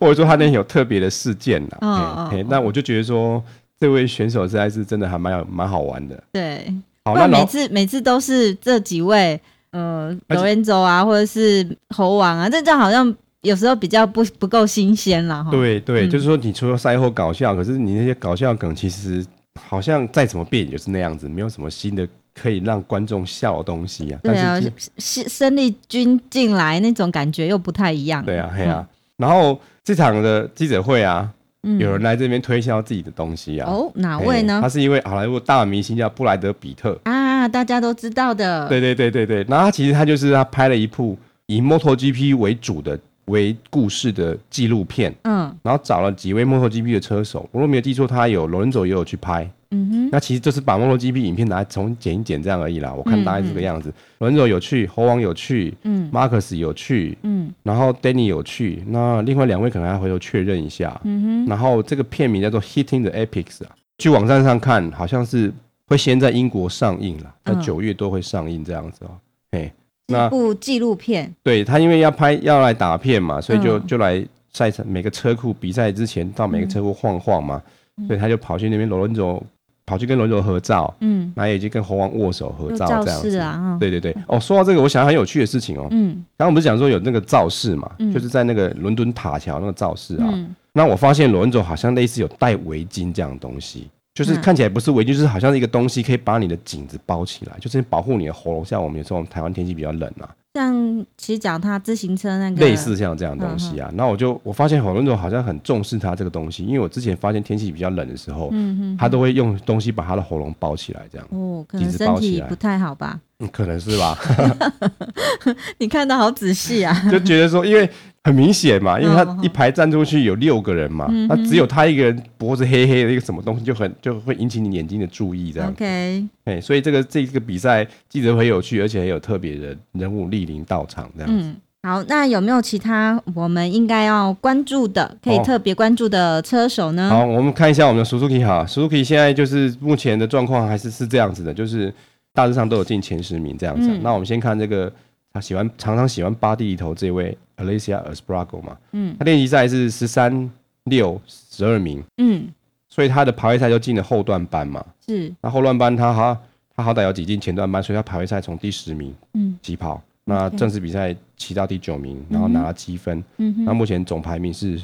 Speaker 1: 或者说他那天有特别的事件呐、
Speaker 2: 哦
Speaker 1: 啊
Speaker 2: 哦
Speaker 1: 嘿嘿
Speaker 2: 哦
Speaker 1: 那我就觉得说，这位选手实在是真的还蛮有蛮好玩的。
Speaker 2: 对，
Speaker 1: 好，
Speaker 2: 不
Speaker 1: 那
Speaker 2: 然每
Speaker 1: 老
Speaker 2: 次每次都是这几位，呃，
Speaker 1: 而且
Speaker 2: 罗恩州啊，或者是猴王啊，这这样好像有时候比较不不够新鲜了哈。，
Speaker 1: 对对，
Speaker 2: 嗯
Speaker 1: 就是说你除了赛后搞笑，可是你那些搞笑梗其实好像再怎么变也就是那样子，没有什么新的可以让观众笑的东西啊。
Speaker 2: 对啊
Speaker 1: 但是，
Speaker 2: 是生力军进来那种感觉又不太一样。
Speaker 1: 对啊，嘿啊。然后这场的记者会啊，
Speaker 2: 嗯，
Speaker 1: 有人来这边推销自己的东西啊。
Speaker 2: 哦，哪
Speaker 1: 嘿，
Speaker 2: 位呢
Speaker 1: 他？是一位好莱坞大明星叫布莱德比特。
Speaker 2: 啊，大家都知道的。
Speaker 1: 哎对对对对对，然后他其实他就是他拍了一部以 MotoGP 为主的为故事的纪录片，
Speaker 2: 嗯
Speaker 1: 然后找了几位 MotoGP 的车手，我若没有记错，他有罗伦佐也有去拍。
Speaker 2: 嗯
Speaker 1: 那其实就是把 MotoGP 影片拿来重剪一剪这样而已啦。我看大概是这个样子，罗伦佐有去，猴王有去
Speaker 2: 哼，嗯
Speaker 1: ，Marcus 有去，
Speaker 2: 嗯
Speaker 1: 然后 Danny 有去，那另外两位可能还要回头确认一下。
Speaker 2: 嗯
Speaker 1: 然后这个片名叫做《Hitting the Epics》啊，去网站上看，好像是会先在英国上映啦，在
Speaker 2: 嗯
Speaker 1: 九月都会上映这样子哦。嘿，
Speaker 2: 哼，一
Speaker 1: 那
Speaker 2: 部纪录片。
Speaker 1: 对他因为要拍要来打片嘛，所以就、
Speaker 2: 嗯
Speaker 1: 就来赛场每个车库比赛之前到每个车库晃晃嘛，所以他就跑去那边罗伦佐跑去跟罗伦佐合照，
Speaker 2: 嗯，
Speaker 1: 然后也去跟猴王握手合
Speaker 2: 有
Speaker 1: 照
Speaker 2: 造
Speaker 1: 这样
Speaker 2: 势
Speaker 1: 子。
Speaker 2: 啊。哈
Speaker 1: 对对对，哦，说到这个，我想到很有趣的事情哦。
Speaker 2: 嗯
Speaker 1: 刚刚不是讲说有那个造势嘛，
Speaker 2: 嗯
Speaker 1: 就是在那个伦敦塔桥那个造势啊，
Speaker 2: 嗯
Speaker 1: 那我发现罗恩佐好像类似有戴围巾这样的东西，就是
Speaker 2: 嗯
Speaker 1: 看起来不是围巾，就是好像是一个东西可以把你的颈子包起来，就是保护你的喉咙。像我们有时候我们台湾天气比较冷啊，
Speaker 2: 是啊，像骑脚踏、自行车那个
Speaker 1: 类似像这样的东西
Speaker 2: 嗯
Speaker 1: 啊。那我就我发现好多人好像很重视它这个东西，因为我之前发现天气比较冷的时
Speaker 2: 嗯
Speaker 1: 候，他都会用东西把他的喉咙包起来，这样，
Speaker 2: 哦，可
Speaker 1: 机
Speaker 2: 能
Speaker 1: 子
Speaker 2: 身
Speaker 1: 包起
Speaker 2: 体
Speaker 1: 来
Speaker 2: 不太好吧？
Speaker 1: 嗯可能是吧？
Speaker 2: 你看的好仔细啊！
Speaker 1: 就觉得说，因为很明显嘛，因为
Speaker 2: 嗯
Speaker 1: 他
Speaker 2: 嗯
Speaker 1: 一排站出去有六个人嘛，那只有他一个人脖子黑黑的一个什么东西，就很就会引起你眼睛的注 意，这样。
Speaker 2: OK，
Speaker 1: 哎，所以这个这个比赛记者很有趣，而且很有特别的人物莅临到场，这样子。
Speaker 2: 嗯，好，那有没有其他我们应该要关注的，可以
Speaker 1: 哦
Speaker 2: 特别关注的车手呢？
Speaker 1: 好，我们看一下我们的 Suzuki 哈，Suzuki 现在就是目前的状况还是是这样子的，就是大致上都有进前十名这样子啊、
Speaker 2: 嗯
Speaker 1: 那我们先看这个他喜欢常常喜欢巴蒂里头这位 Alicia Esprago 嘛，
Speaker 2: 嗯，
Speaker 1: 他练习赛是十三六十二名，
Speaker 2: 嗯，
Speaker 1: 所以他的排位赛就进了后段班嘛。
Speaker 2: 是，
Speaker 1: 那后段班他好他好歹要挤进前段班，所以他排位赛从第十名
Speaker 2: 嗯
Speaker 1: 起跑，那
Speaker 2: OK
Speaker 1: 正式比赛骑到第九名，然后拿了积分。
Speaker 2: 嗯哼，
Speaker 1: 那目前总排名是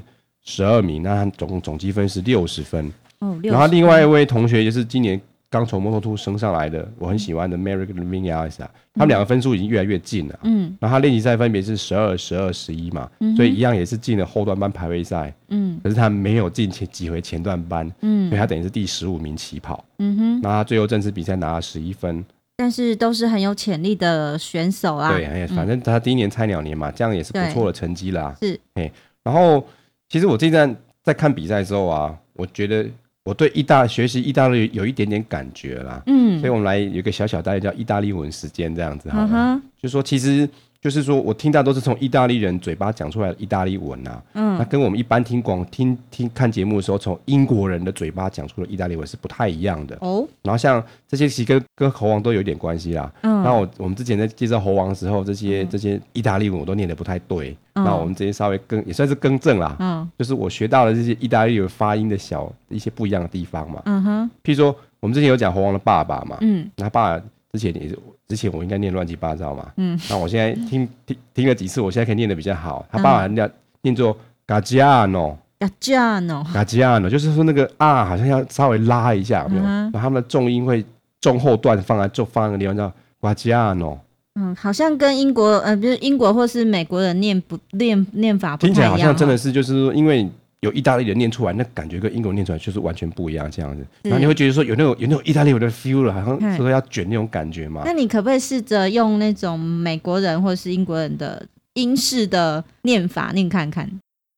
Speaker 1: 十二名，那他总共总积分是六十分。
Speaker 2: 哦，六
Speaker 1: 然后
Speaker 2: 十
Speaker 1: 另外一位同学就是今年刚从摩托兔升上来的，我很喜欢的 Merrick Vinales 啊，他们两个分数已经越来越近了。
Speaker 2: 嗯
Speaker 1: 然后他练习赛分别是十二、十二、十一嘛，所以一样也是进了后段班排位赛，
Speaker 2: 嗯
Speaker 1: 可是他没有进前几回前段班，所以
Speaker 2: 嗯
Speaker 1: 他等于是第十五名起跑。
Speaker 2: 嗯哼，
Speaker 1: 那他最后正式比赛拿了十一分，
Speaker 2: 但是都是很有潜力的选手啊啦。
Speaker 1: 对，哎呀，反正他第一年菜鸟年嘛，这样也是不错的成绩啦。
Speaker 2: 嗯是，
Speaker 1: 哎，然后其实我这一站在看比赛的时候啊，我觉得我对意大学习意大利有一点点感觉啦。所以
Speaker 2: 嗯，
Speaker 1: 我们来有一个小小单元叫意大利文时间，这样子好
Speaker 2: 嗯
Speaker 1: 了。
Speaker 2: 哼，
Speaker 1: 就说其实就是说我听到都是从意大利人嘴巴讲出来的意大利文啊，那
Speaker 2: 嗯，
Speaker 1: 跟我们一般听广听听看节目的时候从英国人的嘴巴讲出的意大利文是不太一样的。
Speaker 2: 哦，
Speaker 1: 然后像这些其实跟跟猴王都有一点关系啦。
Speaker 2: 嗯，
Speaker 1: 那我我们之前在介绍猴王的时候，这些这些意大利文我都念得不太对，
Speaker 2: 嗯
Speaker 1: 那我们直接稍微更也算是更正啦。
Speaker 2: 嗯
Speaker 1: 就是我学到了这些意大利文发音的小一些不一样的地方嘛，
Speaker 2: 嗯哼，
Speaker 1: 譬如说我们之前有讲猴王的爸爸嘛，
Speaker 2: 嗯
Speaker 1: 那他爸之前也是，之前我应该念乱七八糟嘛。嗯，那我现在听听听了几次，我现在可以念得比较好。他
Speaker 2: 嗯
Speaker 1: 爸爸念、念作 Gaggiano
Speaker 2: ，Gaggiano，
Speaker 1: Gaggiano，就是说那个啊，好像要稍微拉一下，有没有？
Speaker 2: 嗯哼
Speaker 1: 然后他们的重音会中后段放在就放在那个地方叫 Gaggiano，
Speaker 2: 嗯，好像跟英国呃，不是英国或是美国人念不念念法不
Speaker 1: 听起
Speaker 2: 太
Speaker 1: 来
Speaker 2: 一
Speaker 1: 好
Speaker 2: 样
Speaker 1: 像
Speaker 2: 哦，
Speaker 1: 真的是就是说，因为。有意大利人念出来，那感觉跟英国念出来就是完全不一样这样子，然后你会觉得说有那种有那种意大利文的 feel 了，好
Speaker 2: 嗯
Speaker 1: 像说要卷那种感觉嘛。
Speaker 2: 那你可不可以试着用那种美国人或是英国人的英式的念法念看看？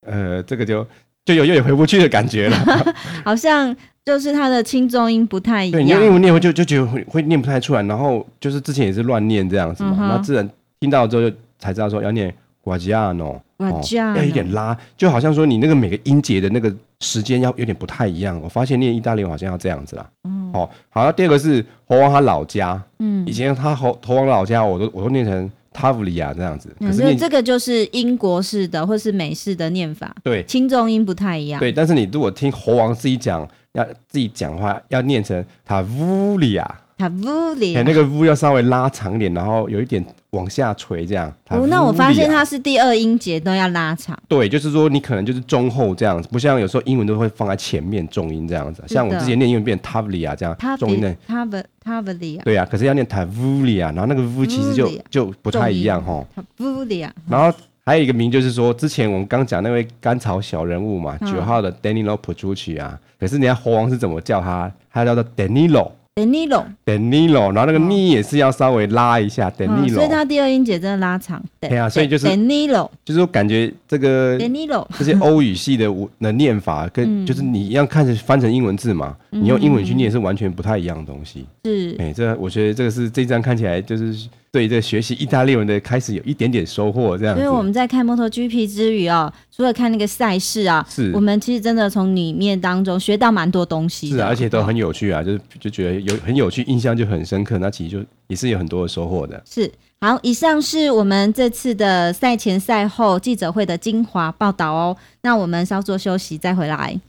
Speaker 1: 呃，这个就就有有点回不去的感觉了。
Speaker 2: 好像就是它的轻重音不 太一
Speaker 1: 对，你用英
Speaker 2: 样。
Speaker 1: 文念会就就觉得会会念不太出来，然后就是之前也是乱念这样子嘛
Speaker 2: 嗯，哼
Speaker 1: 那、自然听到之后就才知道说要念 Guagiano，
Speaker 2: Guagiano
Speaker 1: 哦要有点拉，就好像说你那个每个音节的那个时间要有点不太一样。我发现念意大利文好像要这样子啦。
Speaker 2: 嗯
Speaker 1: 哦，好，那第二个是猴王他老家，
Speaker 2: 嗯
Speaker 1: 以，前他猴猴王老家，我都我都念成塔夫里亚这样子，可
Speaker 2: 嗯
Speaker 1: 是
Speaker 2: 所以
Speaker 1: 念、
Speaker 2: 这个就是英国式的或是美式的念法，
Speaker 1: 对
Speaker 2: 轻重音不太一样。
Speaker 1: 对，但是你如果听猴王自己讲，要自己讲话要念成塔夫里亚。
Speaker 2: 塔布里啊
Speaker 1: 哎、。那个
Speaker 2: 嗯
Speaker 1: V 要稍微拉长一点，然后有一点往下垂，这样。它
Speaker 2: 哦，那我
Speaker 1: Vulia
Speaker 2: 发现它是第二音节都要拉长。
Speaker 1: 对，就是说你可能就是中后这样，不像有时候英文都会放在前面重音这样子。像我之前念英文变 Tavlia 这
Speaker 2: 塔
Speaker 1: 样，重
Speaker 2: 比
Speaker 1: 音的。
Speaker 2: 塔布塔布里啊，
Speaker 1: 对啊，可是要念 Tavlia，然后那个 V 其实就
Speaker 2: Vulia
Speaker 1: 就不太一样哈。
Speaker 2: 塔布里啊，
Speaker 1: 然后还有一个名就是说，之前我们刚讲那位甘草小人物嘛，
Speaker 2: 嗯
Speaker 1: 九、号的 Danilo Petrucci 啊，可是人家猴王是怎么叫他？他叫做 Danilo。
Speaker 2: 德尼隆。
Speaker 1: Danilo，然后那个
Speaker 2: 嗯
Speaker 1: 你也是要稍微拉一下
Speaker 2: 嗯所以
Speaker 1: Danilo，、
Speaker 2: 它第二音节真的拉长。
Speaker 1: 对啊所以就是呃
Speaker 2: 德尼隆，
Speaker 1: 就是我感觉这个
Speaker 2: 德尼隆。
Speaker 1: 这些欧语系的文的念法跟、
Speaker 2: 嗯
Speaker 1: 就是你一样看着翻成英文字嘛，你用英文去念是完全不太一样的东西。
Speaker 2: 是
Speaker 1: 哎、这我觉得这个是这一章看起来就是对这个学习意大利文的开始有一点点收获这样
Speaker 2: 因
Speaker 1: 子。
Speaker 2: 为我们在看 MotoGP 之余哦，除了看那个赛事啊，
Speaker 1: 是
Speaker 2: 我们其实真的从里面当中学到蛮多东西的，
Speaker 1: 是啊，而且都很有趣啊，就是就觉得有很有趣，印象就很深刻。那其实就也是有很多的收获的。
Speaker 2: 是。好，以上是我们这次的赛前赛后记者会的精华报道哦。那我们稍作休息再回来。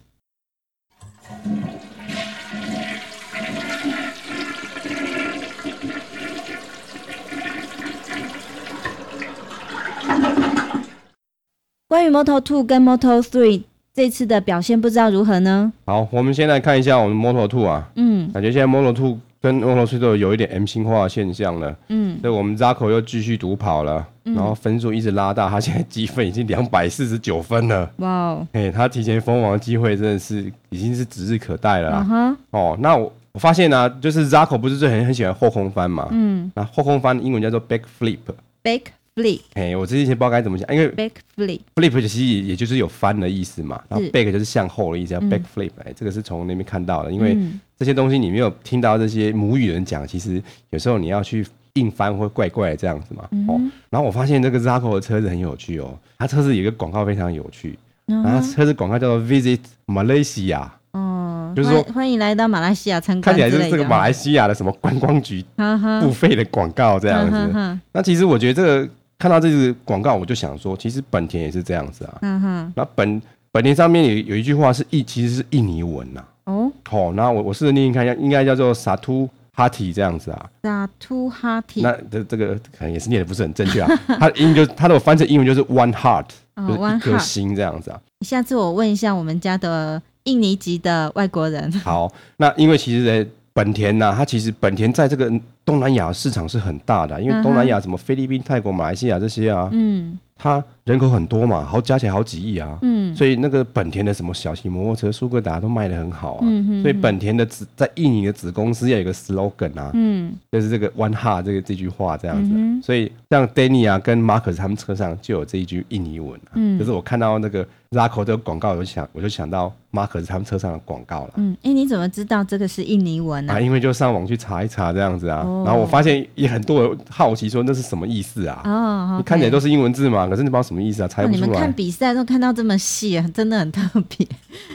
Speaker 2: 关于 Moto Two 跟 Moto Three 这次的表现，不知道如何呢？
Speaker 1: 好，我们先来看一下我们 Moto Two 啊，
Speaker 2: 嗯
Speaker 1: 感觉现在 Moto Two 最跟俄罗斯都有一点 M 型化的现象了。
Speaker 2: 嗯，
Speaker 1: 所以我们 Zaco 又继续独跑了，然后分数一直拉大，他现在积分已经两百四十九分了。
Speaker 2: 哇哦，
Speaker 1: 哎、他提前封王的机会真的是已经是指日可待了啦。
Speaker 2: 啊哈，
Speaker 1: 哦，那我我发现呢、啊，就是 Zaco 不是最很很喜欢后空翻嘛？
Speaker 2: 嗯
Speaker 1: 那后空翻英文叫做 back flip。
Speaker 2: ，back flip。
Speaker 1: 哎、我之前不知道该怎么讲，因为
Speaker 2: back flip，
Speaker 1: flip 其实也也就是有翻的意思嘛，然后
Speaker 2: 是
Speaker 1: back 就是向后的意思，叫
Speaker 2: 嗯
Speaker 1: back flip、哎，这个是从那边看到的，因为
Speaker 2: 嗯
Speaker 1: 这些东西你没有听到这些母语人讲，其实有时候你要去硬翻会怪怪的这样子
Speaker 2: 嗯
Speaker 1: 嘛。哦，然后我发现这个 Zaco 的车子很有趣哦，它车子有一个广告非常有趣，
Speaker 2: 嗯
Speaker 1: 然后它车子广告叫做 Visit Malaysia，
Speaker 2: 哦，
Speaker 1: 就是
Speaker 2: 欢
Speaker 1: 说
Speaker 2: 欢迎来到马来西亚参观
Speaker 1: 看
Speaker 2: 之
Speaker 1: 起来
Speaker 2: 类的，嗯
Speaker 1: 就是这个马来西亚的什么观光局
Speaker 2: 哈哈，
Speaker 1: 付费的广告这
Speaker 2: 这
Speaker 1: 样
Speaker 2: 哈
Speaker 1: 子。
Speaker 2: 哈，
Speaker 1: 那其实我觉得这个看到这个广告，我就想说，其实本田也是这样子啊。
Speaker 2: 哈哈，
Speaker 1: 那本本田上面有有一句话是印，其实是印尼文呐、
Speaker 2: 哦，
Speaker 1: 哦，那我我试着念念看一下，应该叫做萨图哈提这样子啊。
Speaker 2: 打突哈提，
Speaker 1: 那这这个可能也是念的不是很正确啊。 它的音就它的我翻成英文就是 one heart，
Speaker 2: 哦
Speaker 1: 就是一
Speaker 2: ，one
Speaker 1: 颗
Speaker 2: heart。
Speaker 1: 心这样子啊。
Speaker 2: 下次我问一下我们家的印尼籍的外国人，
Speaker 1: 好，那因为其实呃本田呐、它其实本田在这个东南亚市场是很大的啊、因为东南亚什么菲律宾、泰国、马来西亚这些啊，
Speaker 2: 嗯
Speaker 1: 它人口很多嘛，好加起来好几亿啊。
Speaker 2: 嗯
Speaker 1: 所以那个本田的什么小型摩托车、苏格达都卖得很好啊。
Speaker 2: 嗯嗯
Speaker 1: 所以本田的子在印尼的子公司要有一个 slogan 啊，
Speaker 2: 嗯
Speaker 1: 就是这个 one heart 这个这句话这样子啊。
Speaker 2: 嗯哼
Speaker 1: 所以像 Danny 啊跟 Marcus 他们车上就有这一句印尼文啊。
Speaker 2: 嗯
Speaker 1: 就是我看到那个 Zaco 这个广告，我就想我就想到 Marcus 他们车上的广告了。
Speaker 2: 嗯，哎，你怎么知道这个是印尼文呢
Speaker 1: 啊，？因为就上网去查一查这样子啊，
Speaker 2: 嗯哦
Speaker 1: 然后我发现也很多人好奇说那是什么意思啊？
Speaker 2: 哦，
Speaker 1: 你看起来都
Speaker 2: 是。
Speaker 1: 是英文字嘛，可是你不知道什么意思啊，猜
Speaker 2: 哦
Speaker 1: 不
Speaker 2: 你们
Speaker 1: 出
Speaker 2: 看
Speaker 1: 来。
Speaker 2: 比赛都看到这么细，真的很特别。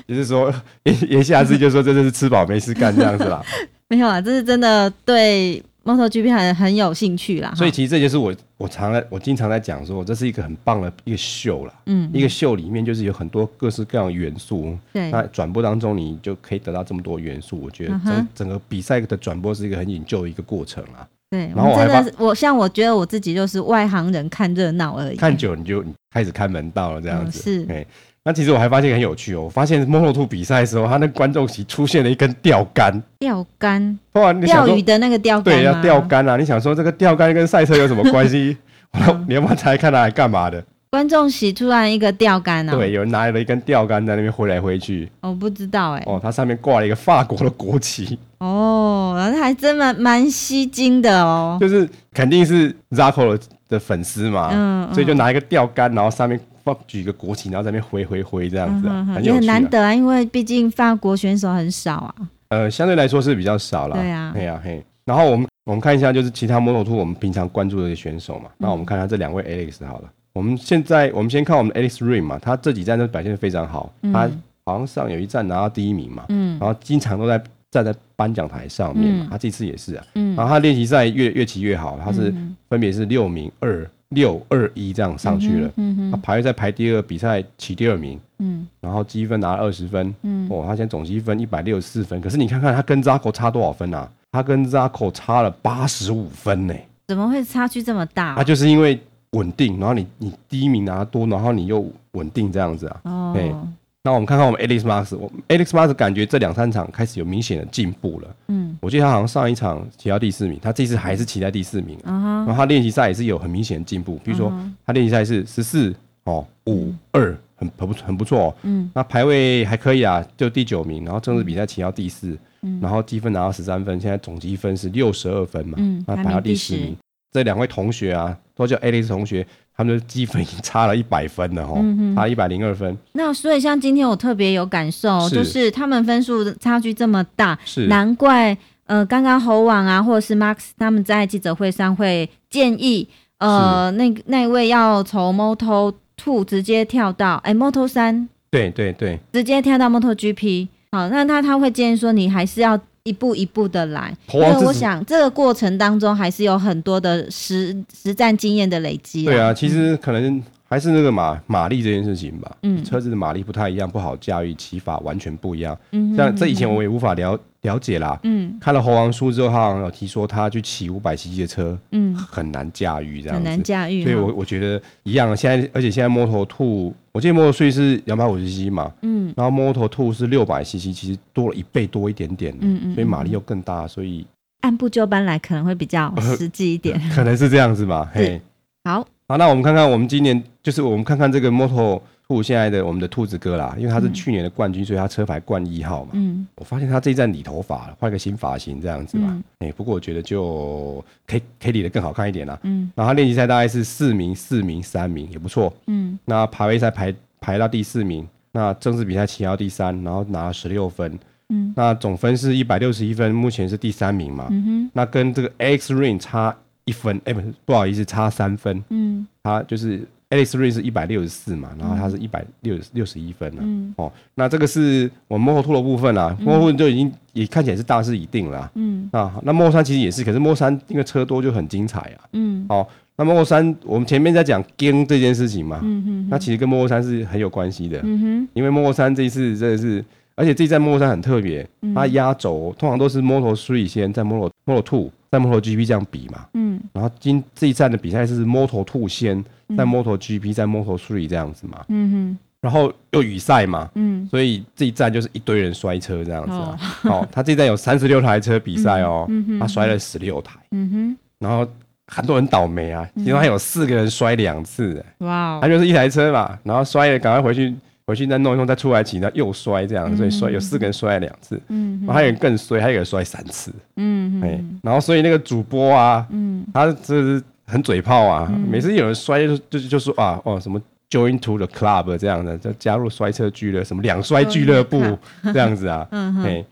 Speaker 1: 就是说 言言下之意就是说这就是吃饱没事干这样子 啦。
Speaker 2: 没有啊，这是真的对 MotoGP 很很有兴趣啦。哈
Speaker 1: 所以其实这就是我我常在我经常在讲说，这是一个很棒的一个秀啦。
Speaker 2: 嗯，
Speaker 1: 一个秀里面就是有很多各式各样的元素，
Speaker 2: 对，
Speaker 1: 那转播当中你就可以得到这么多元素，我觉得
Speaker 2: 嗯
Speaker 1: 整、
Speaker 2: 哼
Speaker 1: 整个比赛的转播是一个很引咎的一个过程啊。
Speaker 2: 对，
Speaker 1: 然
Speaker 2: 我
Speaker 1: 后
Speaker 2: 们
Speaker 1: 我
Speaker 2: 真
Speaker 1: 还
Speaker 2: 的是，我像我觉得我自己就是外行人看热闹而已。
Speaker 1: 看久了你就你开始看门道了这样
Speaker 2: 嗯
Speaker 1: 子。
Speaker 2: 是
Speaker 1: 哎，那其实我还发现很有趣哦，我发现 Moto 2比赛的时候，他那观众席出现了一根钓竿，
Speaker 2: 钓竿，
Speaker 1: 后来你想
Speaker 2: 钓
Speaker 1: 说
Speaker 2: 鱼的那个钓竿
Speaker 1: 对要
Speaker 2: 吗
Speaker 1: 钓竿啊，你想说这个钓竿跟赛车有什么关 系？然后你要不要猜看拿来干嘛的？
Speaker 2: 观众席突然一个钓竿啊，
Speaker 1: 对，有人拿了一根钓竿在那边挥来挥去。
Speaker 2: 我不知道哎、
Speaker 1: 哦，它上面挂了一个法国的国旗，
Speaker 2: 哦，那还真蛮蛮吸睛的哦。
Speaker 1: 就是肯定是 Zaco 的的粉丝嘛，
Speaker 2: 嗯嗯
Speaker 1: 所以就拿一个钓竿，然后上面放举一个国旗，然后在那边挥挥挥这样子、啊，
Speaker 2: 嗯哼哼
Speaker 1: 很
Speaker 2: 也
Speaker 1: 有
Speaker 2: 很
Speaker 1: 趣、啊
Speaker 2: 难。得啊，因为毕竟法国选手很少啊。
Speaker 1: 呃，相对来说是比较少啦。
Speaker 2: 对啊
Speaker 1: 嘿呀、嘿。然后我们我们看一下，就是其他摩托兔我们平常关注的选手
Speaker 2: 嗯
Speaker 1: 嘛。那我们看下这两位 Alex 好了。我们现在我们先看我们 Alex Rain 嘛，他这几站都表现得非常好，他好像上有一站拿到第一名嘛，
Speaker 2: 嗯
Speaker 1: 然后经常都在站在颁奖台上面嘛。
Speaker 2: 嗯
Speaker 1: 他这次也是啊，
Speaker 2: 嗯
Speaker 1: 然后他练习赛越越骑越好，他是
Speaker 2: 嗯
Speaker 1: 分别是六名、二六、二一这样上去了。
Speaker 2: 嗯
Speaker 1: 他
Speaker 2: 哼，
Speaker 1: 排位赛排第二，比赛骑第二名，
Speaker 2: 嗯
Speaker 1: 然后积分拿了二十分。
Speaker 2: 嗯
Speaker 1: 哦，他现在总积分一百六十四分，可是你看看他跟 Zaco 差多少分啊？他跟 Zaco 差了八十五分呢、
Speaker 2: 怎么会差距这么大、
Speaker 1: 他就是因为稳定，然后你你第一名拿多，然后你又稳定这样子啊。对
Speaker 2: 哦，
Speaker 1: 那我们看看我们 Alex Max，我 Alex Max 感觉这两三场开始有明显的进步了。
Speaker 2: 嗯
Speaker 1: 我记得他好像上一场骑到第四名，他这次还是骑在第四名啊。
Speaker 2: 啊
Speaker 1: 然
Speaker 2: 哈，
Speaker 1: 后他练习赛也是有很明显的进步，比如
Speaker 2: 嗯
Speaker 1: 说他练习赛是十四哦五二，很很不很不错、哦。
Speaker 2: 嗯
Speaker 1: 那排位还可以啊，就第九名，然后正式比赛骑到第四，
Speaker 2: 嗯
Speaker 1: 然后积分拿到十三分，现在总积分是六十二分嘛，
Speaker 2: 嗯，
Speaker 1: 那
Speaker 2: 排
Speaker 1: 啊排到
Speaker 2: 名
Speaker 1: 第
Speaker 2: 第
Speaker 1: 十名
Speaker 2: 十，。
Speaker 1: 这两位同学啊，都叫 Alex 同学，他们的积分已经差了一百分了哦，
Speaker 2: 嗯哼
Speaker 1: 差一百零二分，
Speaker 2: 那所以像今天我特别有感受，哦
Speaker 1: 是
Speaker 2: 就是他们分数的差距这么大，
Speaker 1: 是
Speaker 2: 难怪呃，刚刚侯网啊，或者是 Max 他们在记者会上会建议，呃，那那一位要从 Moto Two 直接跳到哎、Moto 三，
Speaker 1: 对对对，
Speaker 2: 直接跳到 Moto GP。好，那他他会建议说，你还是要一步一步的来，
Speaker 1: 侯
Speaker 2: 因
Speaker 1: 王
Speaker 2: 为
Speaker 1: 自
Speaker 2: 我
Speaker 1: 己
Speaker 2: 想这个过程当中还是有很多的实实战经验的累积、
Speaker 1: 对，啊，其实可能还是那个马马力这件事情吧，
Speaker 2: 嗯
Speaker 1: 车子的马力不太一样，不好驾驭，骑法完全不一样。
Speaker 2: 嗯
Speaker 1: 像这以前我也无法了了解啦。
Speaker 2: 嗯
Speaker 1: 看了猴王书之后，他好像有提说他去骑五百 cc 的车
Speaker 2: 嗯，
Speaker 1: 很难驾驭这样
Speaker 2: 很
Speaker 1: 子，
Speaker 2: 难驾驭哈，嗯
Speaker 1: 所以我我觉得一样。现在而且现在摩托兔，我记得摩托碎是两百五十 cc 嘛，
Speaker 2: 嗯
Speaker 1: 然后摩托兔是六百 cc，其实多了一倍多一点点，
Speaker 2: 嗯嗯，
Speaker 1: 所以马力又更大，所以
Speaker 2: 按部就班来可能会比较实际 一点。
Speaker 1: 可能是这样子吧。嘿，
Speaker 2: 好，
Speaker 1: 好，那我们看看我们今年，就是我们看看这个 Moto 兔现在的我们的兔子哥啦，因为他是去年的冠军，所以他车牌冠一号嘛。
Speaker 2: 嗯，
Speaker 1: 我发现他这一站理头发了，换个新发型这样子嘛。哎、不过我觉得就可以可以理得更好看一点啦。
Speaker 2: 嗯，
Speaker 1: 然后他练习赛大概是四名、四名、三名，也不错。
Speaker 2: 嗯，
Speaker 1: 那排位赛排排到第四名，那正式比赛骑到第三，然后拿了十六分。
Speaker 2: 嗯，
Speaker 1: 那总分是一百六十一分，目前是第三名嘛。
Speaker 2: 嗯哼，
Speaker 1: 那跟这个 X Rain 差一分，哎、不是，不好意思，差三分。
Speaker 2: 嗯
Speaker 1: 他就是 Alex Ray 是一百六十四嘛，然后他是一百六六十一分啊。
Speaker 2: 嗯
Speaker 1: 哦，那这个是我们幕后兔的部分啦、啊，幕后兔就已经也看起来是大势已定了啊、
Speaker 2: 嗯
Speaker 1: 啊。那幕后山其实也是，可是幕后山因为车多就很精彩啊。
Speaker 2: 嗯
Speaker 1: 好、那幕后山我们前面在讲 g 这件事情嘛，
Speaker 2: 嗯哼
Speaker 1: 那其实跟幕后山是很有关系的，
Speaker 2: 嗯哼，
Speaker 1: 因为幕后山这一次真的是。而且这一站摩托山很特别，
Speaker 2: 嗯
Speaker 1: 它压轴通常都是 Moto Three 先，在 Moto Moto Two，在 Moto GP 这样比嘛。
Speaker 2: 嗯
Speaker 1: 然后今这一站的比赛是 Moto Two 先，在 Moto GP，在 Moto Three 这样子嘛，
Speaker 2: 嗯
Speaker 1: 然后又雨赛嘛，
Speaker 2: 哼，嗯
Speaker 1: 所以这一站就是一堆人摔车这样子啊。哦，他这一站有三十六台车比赛哦，他摔了十六台，
Speaker 2: 嗯
Speaker 1: 然后很多人倒霉啊，其中还有四个人摔两次、哎
Speaker 2: 哼，哇
Speaker 1: 他
Speaker 2: 哦，
Speaker 1: 就是一台车嘛，然后摔了，赶快回去回去再弄一弄，再出来骑，然后又摔这样，所以摔有四个人摔了两次，
Speaker 2: 嗯
Speaker 1: 然后还有人更衰，还有人摔三次，
Speaker 2: 嗯
Speaker 1: 哎、然后所以那个主播啊，
Speaker 2: 嗯
Speaker 1: 他就是很嘴炮啊，每次有人摔就就就说啊哦什么 join to the club 这样的，就加入摔车俱乐什么两摔俱乐部
Speaker 2: Join
Speaker 1: 这样子啊，
Speaker 2: 哦 嗯哼，
Speaker 1: 哎，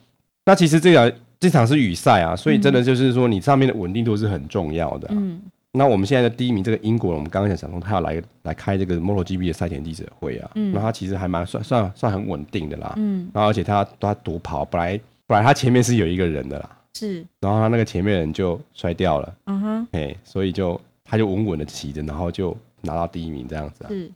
Speaker 1: 那其实这场这场是雨赛啊，所以真的就是说你上面的稳定度是很重要的啊、
Speaker 2: 嗯
Speaker 1: 那我们现在的第一名这个英国人，我们刚刚想说他要来来开这个 MotoGP 的赛前记者会啊，
Speaker 2: 嗯
Speaker 1: 那他其实还蛮算算算很稳定的啦，
Speaker 2: 嗯
Speaker 1: 然后而且他他独跑，本来本来他前面是有一个人的啦，
Speaker 2: 是，
Speaker 1: 然后他那个前面人就摔掉了。
Speaker 2: 嗯哼
Speaker 1: 哎，所以就他就稳稳的骑着，然后就拿到第一名这样子啊。
Speaker 2: 是，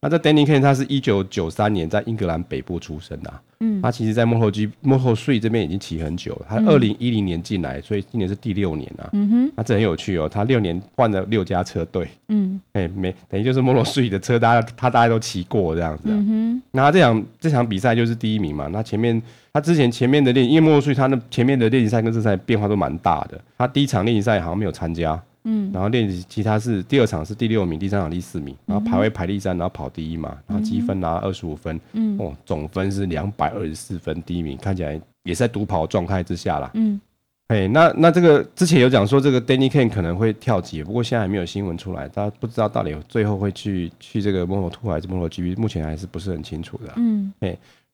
Speaker 1: 那这 Danny Kane 他是一九九三年在英格兰北部出生的、啊，
Speaker 2: 嗯
Speaker 1: 他其实在 MotoG MotoGP 这边已经骑很久了，他二零一零年进来，所以今年是第六年啊。
Speaker 2: 嗯哼
Speaker 1: 那这很有趣哦，他六年换了六家车队，
Speaker 2: 嗯
Speaker 1: 哎，没等于就是 MotoGP 的车，大家他大家都骑过这样子、啊。
Speaker 2: 嗯哼
Speaker 1: 那他这场这场比赛就是第一名嘛。那前面他之前前面的练，因为莫瑞他那前面的练习赛跟这赛变化都蛮大的。他第一场练习赛好像没有参加，
Speaker 2: 嗯，
Speaker 1: 然后练习其他是第二场是第六名，第三场第四名，
Speaker 2: 嗯
Speaker 1: 然后排位排第三，然后跑第一嘛，然后积分拿二十五分，
Speaker 2: 嗯
Speaker 1: 哦，总分是两百二十四分，第一名看起来也是在独跑状态之下啦。
Speaker 2: 嗯
Speaker 1: 哎，那那这个之前有讲说这个 Danny Kane 可能会跳级，不过现在还没有新闻出来，大家不知道到底最后会去去这个 Moto Two 还是 Moto GP，目前还是不是很清楚的啊、
Speaker 2: 嗯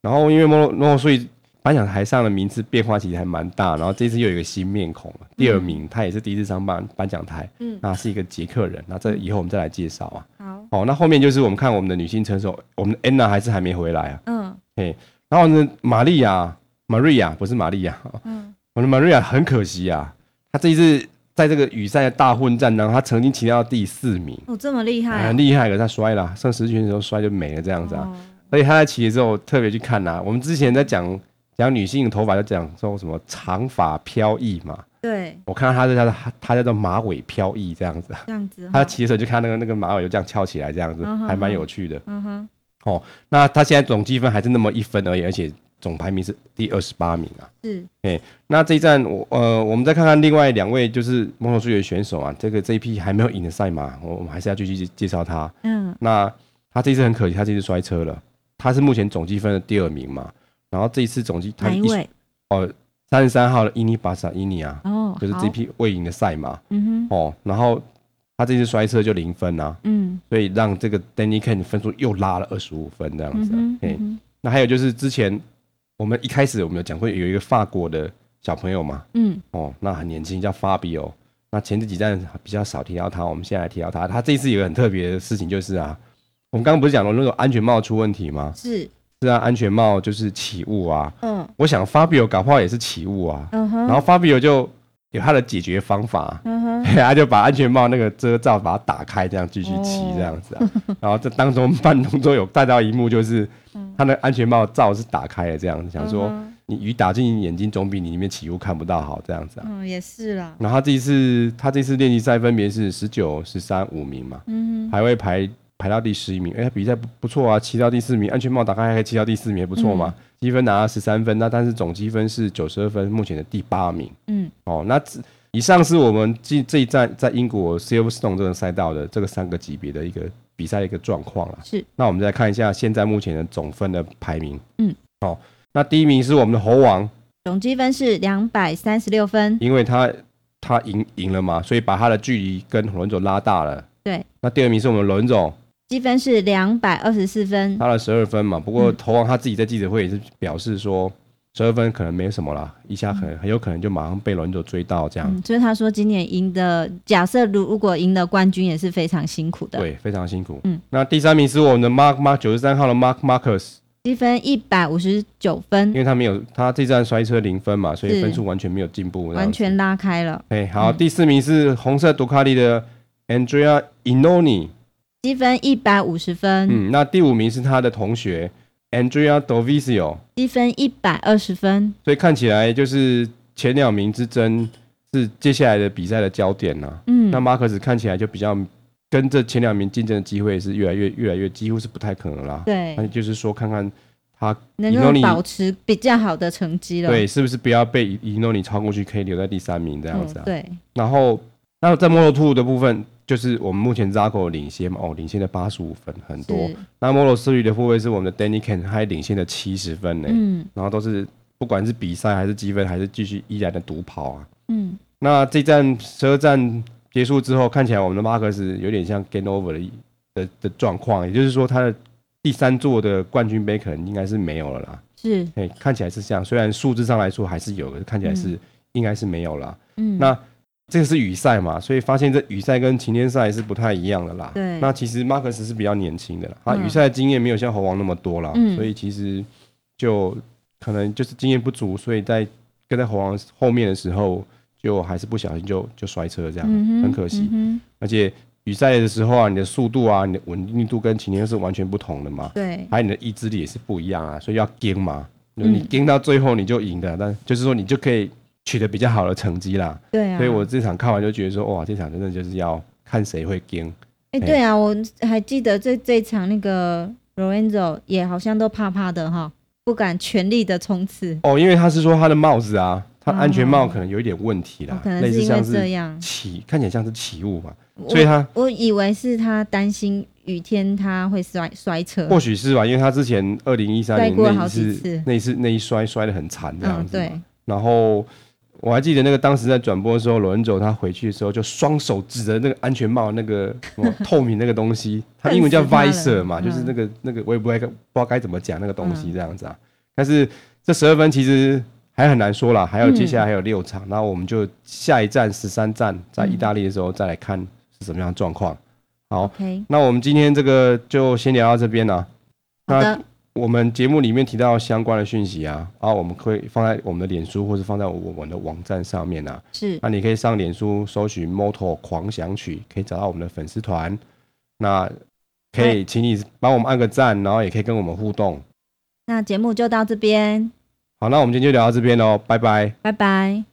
Speaker 1: 然后因为 Moto Moto 所以颁奖台上的名次变化其实还蛮大，然后这次又有一个新面孔了，第二名，他也是第一次上颁颁奖台，
Speaker 2: 嗯
Speaker 1: 那是一个捷克人，那这以后我们再来介绍啊。
Speaker 2: 好，
Speaker 1: 好，那后面就是我们看我们的女性车手，我们的 Anna 还是还没回来啊，
Speaker 2: 嗯
Speaker 1: 然后呢，玛利亚，Maria 不是玛利亚，
Speaker 2: 嗯
Speaker 1: 我的 Maria 很可惜啊，她这一次在这个雨赛的大混战当中，她曾经骑到第四名，
Speaker 2: 哦这么厉
Speaker 1: 哎
Speaker 2: 害哦
Speaker 1: 很厉害，可是她摔了啊，上十圈的时候摔就没了这样子啊。而且她在骑的时候特别去看啦、我们之前在讲讲女性的头发，就讲说什么长发飘逸嘛，
Speaker 2: 对
Speaker 1: 我看到她这叫做她叫做马尾飘逸这样子啊，
Speaker 2: 这样子
Speaker 1: 她
Speaker 2: 哈，
Speaker 1: 骑的时候就看那个那个马尾就这样翘起来这样子，
Speaker 2: 嗯哼
Speaker 1: 还蛮有趣的。哦
Speaker 2: 嗯哼
Speaker 1: 那她现在总积分还是那么一分而已，而且总排名是第二十八名啊。
Speaker 2: 是
Speaker 1: 那这一站，我呃，我们再看看另外两位就是摩托车的选手啊，这个这一批还没有赢的赛马，我我们还是要继续介介绍他。
Speaker 2: 嗯
Speaker 1: 那他这一次很可惜，他这次摔车了，他是目前总积分的第二名嘛。然后这一次总积他
Speaker 2: 哪一位
Speaker 1: 三十三号的伊尼巴萨伊尼啊，
Speaker 2: 哦
Speaker 1: 就是
Speaker 2: 好
Speaker 1: 这批未赢的赛马
Speaker 2: 嗯哼
Speaker 1: 哦。然后他这次摔车就零分啊，
Speaker 2: 嗯
Speaker 1: 所以让这个 Danny Ken 分数又拉了二十五分这样
Speaker 2: 嗯
Speaker 1: 子啊、
Speaker 2: 哼
Speaker 1: 嘿
Speaker 2: 嗯哼
Speaker 1: 那还有就是之前我们一开始我们有讲过有一个法国的小朋友嘛，
Speaker 2: 嗯
Speaker 1: 哦，那很年轻，叫法比欧。那前几站比较少提到他，我们现在来提到他。他这次有个很特别的事情，就是啊，我们刚刚不是讲了那种安全帽出问题吗？
Speaker 2: 是
Speaker 1: 是啊，安全帽就是起雾啊。
Speaker 2: 嗯
Speaker 1: 我想法比欧搞不好也是起雾啊。
Speaker 2: 嗯
Speaker 1: 然
Speaker 2: 哼
Speaker 1: 后法比欧就有他的解决方法，
Speaker 2: 嗯哼
Speaker 1: 他就把安全帽那个遮罩把它打开，这样继续骑
Speaker 2: 哦
Speaker 1: 这样子啊。然后这当中半空中有带到一幕，就是他的安全帽罩是打开的，这样想说
Speaker 2: 嗯
Speaker 1: 你雨打进眼睛，总比你里面起雾看不到好这样子啊。
Speaker 2: 嗯也是啦
Speaker 1: 然后他这一次他这次练习赛分别是十九、十三、五名嘛，
Speaker 2: 嗯
Speaker 1: 排位排排到第十一名，哎，比赛不不错啊，骑到第四名，安全帽打开还可以骑到第四名，也不错嘛。
Speaker 2: 嗯
Speaker 1: 积分拿到十三分，那但是总积分是九十二分，目前的第八名。
Speaker 2: 嗯，
Speaker 1: 哦，那这以上是我们这这一站在英国 Silverstone 这个赛道的这个三个级别的一个比赛的一个状况啦。
Speaker 2: 是，
Speaker 1: 那我们再看一下现在目前的总分的排名。
Speaker 2: 嗯，
Speaker 1: 好、那第一名是我们的猴王，
Speaker 2: 总积分是两百三十六分，
Speaker 1: 因为他他赢赢了嘛，所以把他的距离跟轮总拉大了。
Speaker 2: 对，
Speaker 1: 那第二名是我们轮总，
Speaker 2: 积分是两百二十四分，
Speaker 1: 他的十二分嘛。不过
Speaker 2: 嗯
Speaker 1: 投王他自己在记者会也是表示说，十二分可能没什么啦，一下可能很有可能就马上被轮总追到这样。
Speaker 2: 嗯，所以他说今年赢的，假设如如果赢得冠军也是非常辛苦的，
Speaker 1: 对，非常辛苦。
Speaker 2: 嗯，
Speaker 1: 那第三名是我们的 Mark Mark 九十三号的 Mark Marcus，
Speaker 2: 积分一百五十九
Speaker 1: 因
Speaker 2: 分，
Speaker 1: 为他没有他这站摔车零分嘛，所以
Speaker 2: 是
Speaker 1: 分数完全没有进步。
Speaker 2: 完全。拉开了，
Speaker 1: 哎，好，
Speaker 2: 嗯
Speaker 1: 第四名是红色杜卡迪的 Andrea Inoni，
Speaker 2: 积分一百五十分，
Speaker 1: 嗯，那第五名是他的同学 Andrea Dovizio，
Speaker 2: 积分一百二十分，
Speaker 1: 所以看起来就是前两名之争是接下来的比赛的焦点呐、
Speaker 2: 嗯
Speaker 1: 那，马克斯看起来就比较跟这前两名竞争的机会是越来越越来越几乎是不太可能啦。
Speaker 2: 对
Speaker 1: 那，就是说看看他
Speaker 2: 能
Speaker 1: 以后
Speaker 2: 够
Speaker 1: 你
Speaker 2: 保持比较好的成绩嗯了，
Speaker 1: 对是不是不要被伊诺尼超过去，可以留在第三名这样
Speaker 2: 嗯，
Speaker 1: 子啊。
Speaker 2: 对，
Speaker 1: 然后那在 Model Two 的部分，就是我们目前 Zago 领先嘛，哦，领先的八十五分很多
Speaker 2: 是。，
Speaker 1: 那 Model Three 的部位是我们的 Danny Ken，还领先的七十分呢、
Speaker 2: 嗯
Speaker 1: 然后都是不管是比赛还是积分，还是继续依然的独跑啊。
Speaker 2: 嗯，
Speaker 1: 那这站十二站结束之后，看起来我们的马克斯有点像 game over 的的的状况，啊也就是说他的第三座的冠军杯可能应该是没有了啦。
Speaker 2: 是，
Speaker 1: 哎，看起来是这样，虽然数字上来说还是有，可是看起来是、应该是没有啦。
Speaker 2: 嗯，
Speaker 1: 那这个是雨赛嘛，所以发现这雨赛跟晴天赛是不太一样的啦。
Speaker 2: 对
Speaker 1: 那其实马克斯是比较年轻的啦，他
Speaker 2: 嗯
Speaker 1: 雨赛的经验没有像猴王那么多啦，
Speaker 2: 嗯
Speaker 1: 所以其实就可能就是经验不足，所以在跟在猴王后面的时候，就还是不小心就就摔车这样，
Speaker 2: 嗯哼
Speaker 1: 很可惜。
Speaker 2: 嗯
Speaker 1: 而且雨赛的时候啊，你的速度啊，你的稳定度跟晴天是完全不同的嘛
Speaker 2: 哼，，对，
Speaker 1: 还有你的意志力也是不一样啊，所以要跟嘛，你
Speaker 2: 嗯
Speaker 1: 跟到最后你就赢的，但就是说你就可以取得比较好的成绩啦。
Speaker 2: 对啊，
Speaker 1: 所以我这场看完就觉得说，哇，这场真的就是要看谁会跟。
Speaker 2: 哎、对啊，我还记得这这一场那个 Lorenzo 也好像都怕怕的哈，不敢全力的冲刺，
Speaker 1: 哦，因为他是说他的帽子啊，他
Speaker 2: 哦
Speaker 1: 安全帽可能有一点问题啦，
Speaker 2: 哦可能
Speaker 1: 类
Speaker 2: 是
Speaker 1: 似
Speaker 2: 因为
Speaker 1: 像
Speaker 2: 这
Speaker 1: 是
Speaker 2: 样，
Speaker 1: 起，看起来像是起雾嘛，
Speaker 2: 我
Speaker 1: 所以他
Speaker 2: 我以为是他担心雨天他会摔摔车，
Speaker 1: 或许是吧，因为他之前二零一三
Speaker 2: 摔
Speaker 1: 年
Speaker 2: 过
Speaker 1: 那
Speaker 2: 好
Speaker 1: 一
Speaker 2: 几
Speaker 1: 次
Speaker 2: 次
Speaker 1: 那一次那一摔摔得很惨这样
Speaker 2: 嗯，
Speaker 1: 子嘛、
Speaker 2: 对，
Speaker 1: 然后我还记得那个当时在转播的时候，罗恩走他回去的时候就双手指着那个安全帽那个 什么透明那个东西，他英文 叫
Speaker 2: 恨
Speaker 1: visor
Speaker 2: 死
Speaker 1: 嘛，
Speaker 2: 他了
Speaker 1: 就是那个那个我也不会不知道该怎么讲那个东西这样子
Speaker 2: 嗯
Speaker 1: 啊。但是这十二分其实还很难说啦，还有
Speaker 2: 嗯
Speaker 1: 接下来还有六场，然后我们就下一站十三站在意大利的时候再来看是什么样的状况。
Speaker 2: 嗯
Speaker 1: 好，
Speaker 2: ，OK，
Speaker 1: 那我们今天这个就先聊到这边啦、
Speaker 2: 好
Speaker 1: 那
Speaker 2: 的，
Speaker 1: 我们节目里面提到相关的讯息啊，啊，我们会放在我们的脸书或是放在我们的网站上面啊。
Speaker 2: 是，
Speaker 1: 那你可以上脸书搜寻 “Moto 狂想曲”，可以找到我们的粉丝团。那可以请你帮我们按个赞，然后也可以跟我们互动。
Speaker 2: 那节目就到这边，
Speaker 1: 好，那我们今天就聊到这边喽，拜拜。
Speaker 2: 拜拜。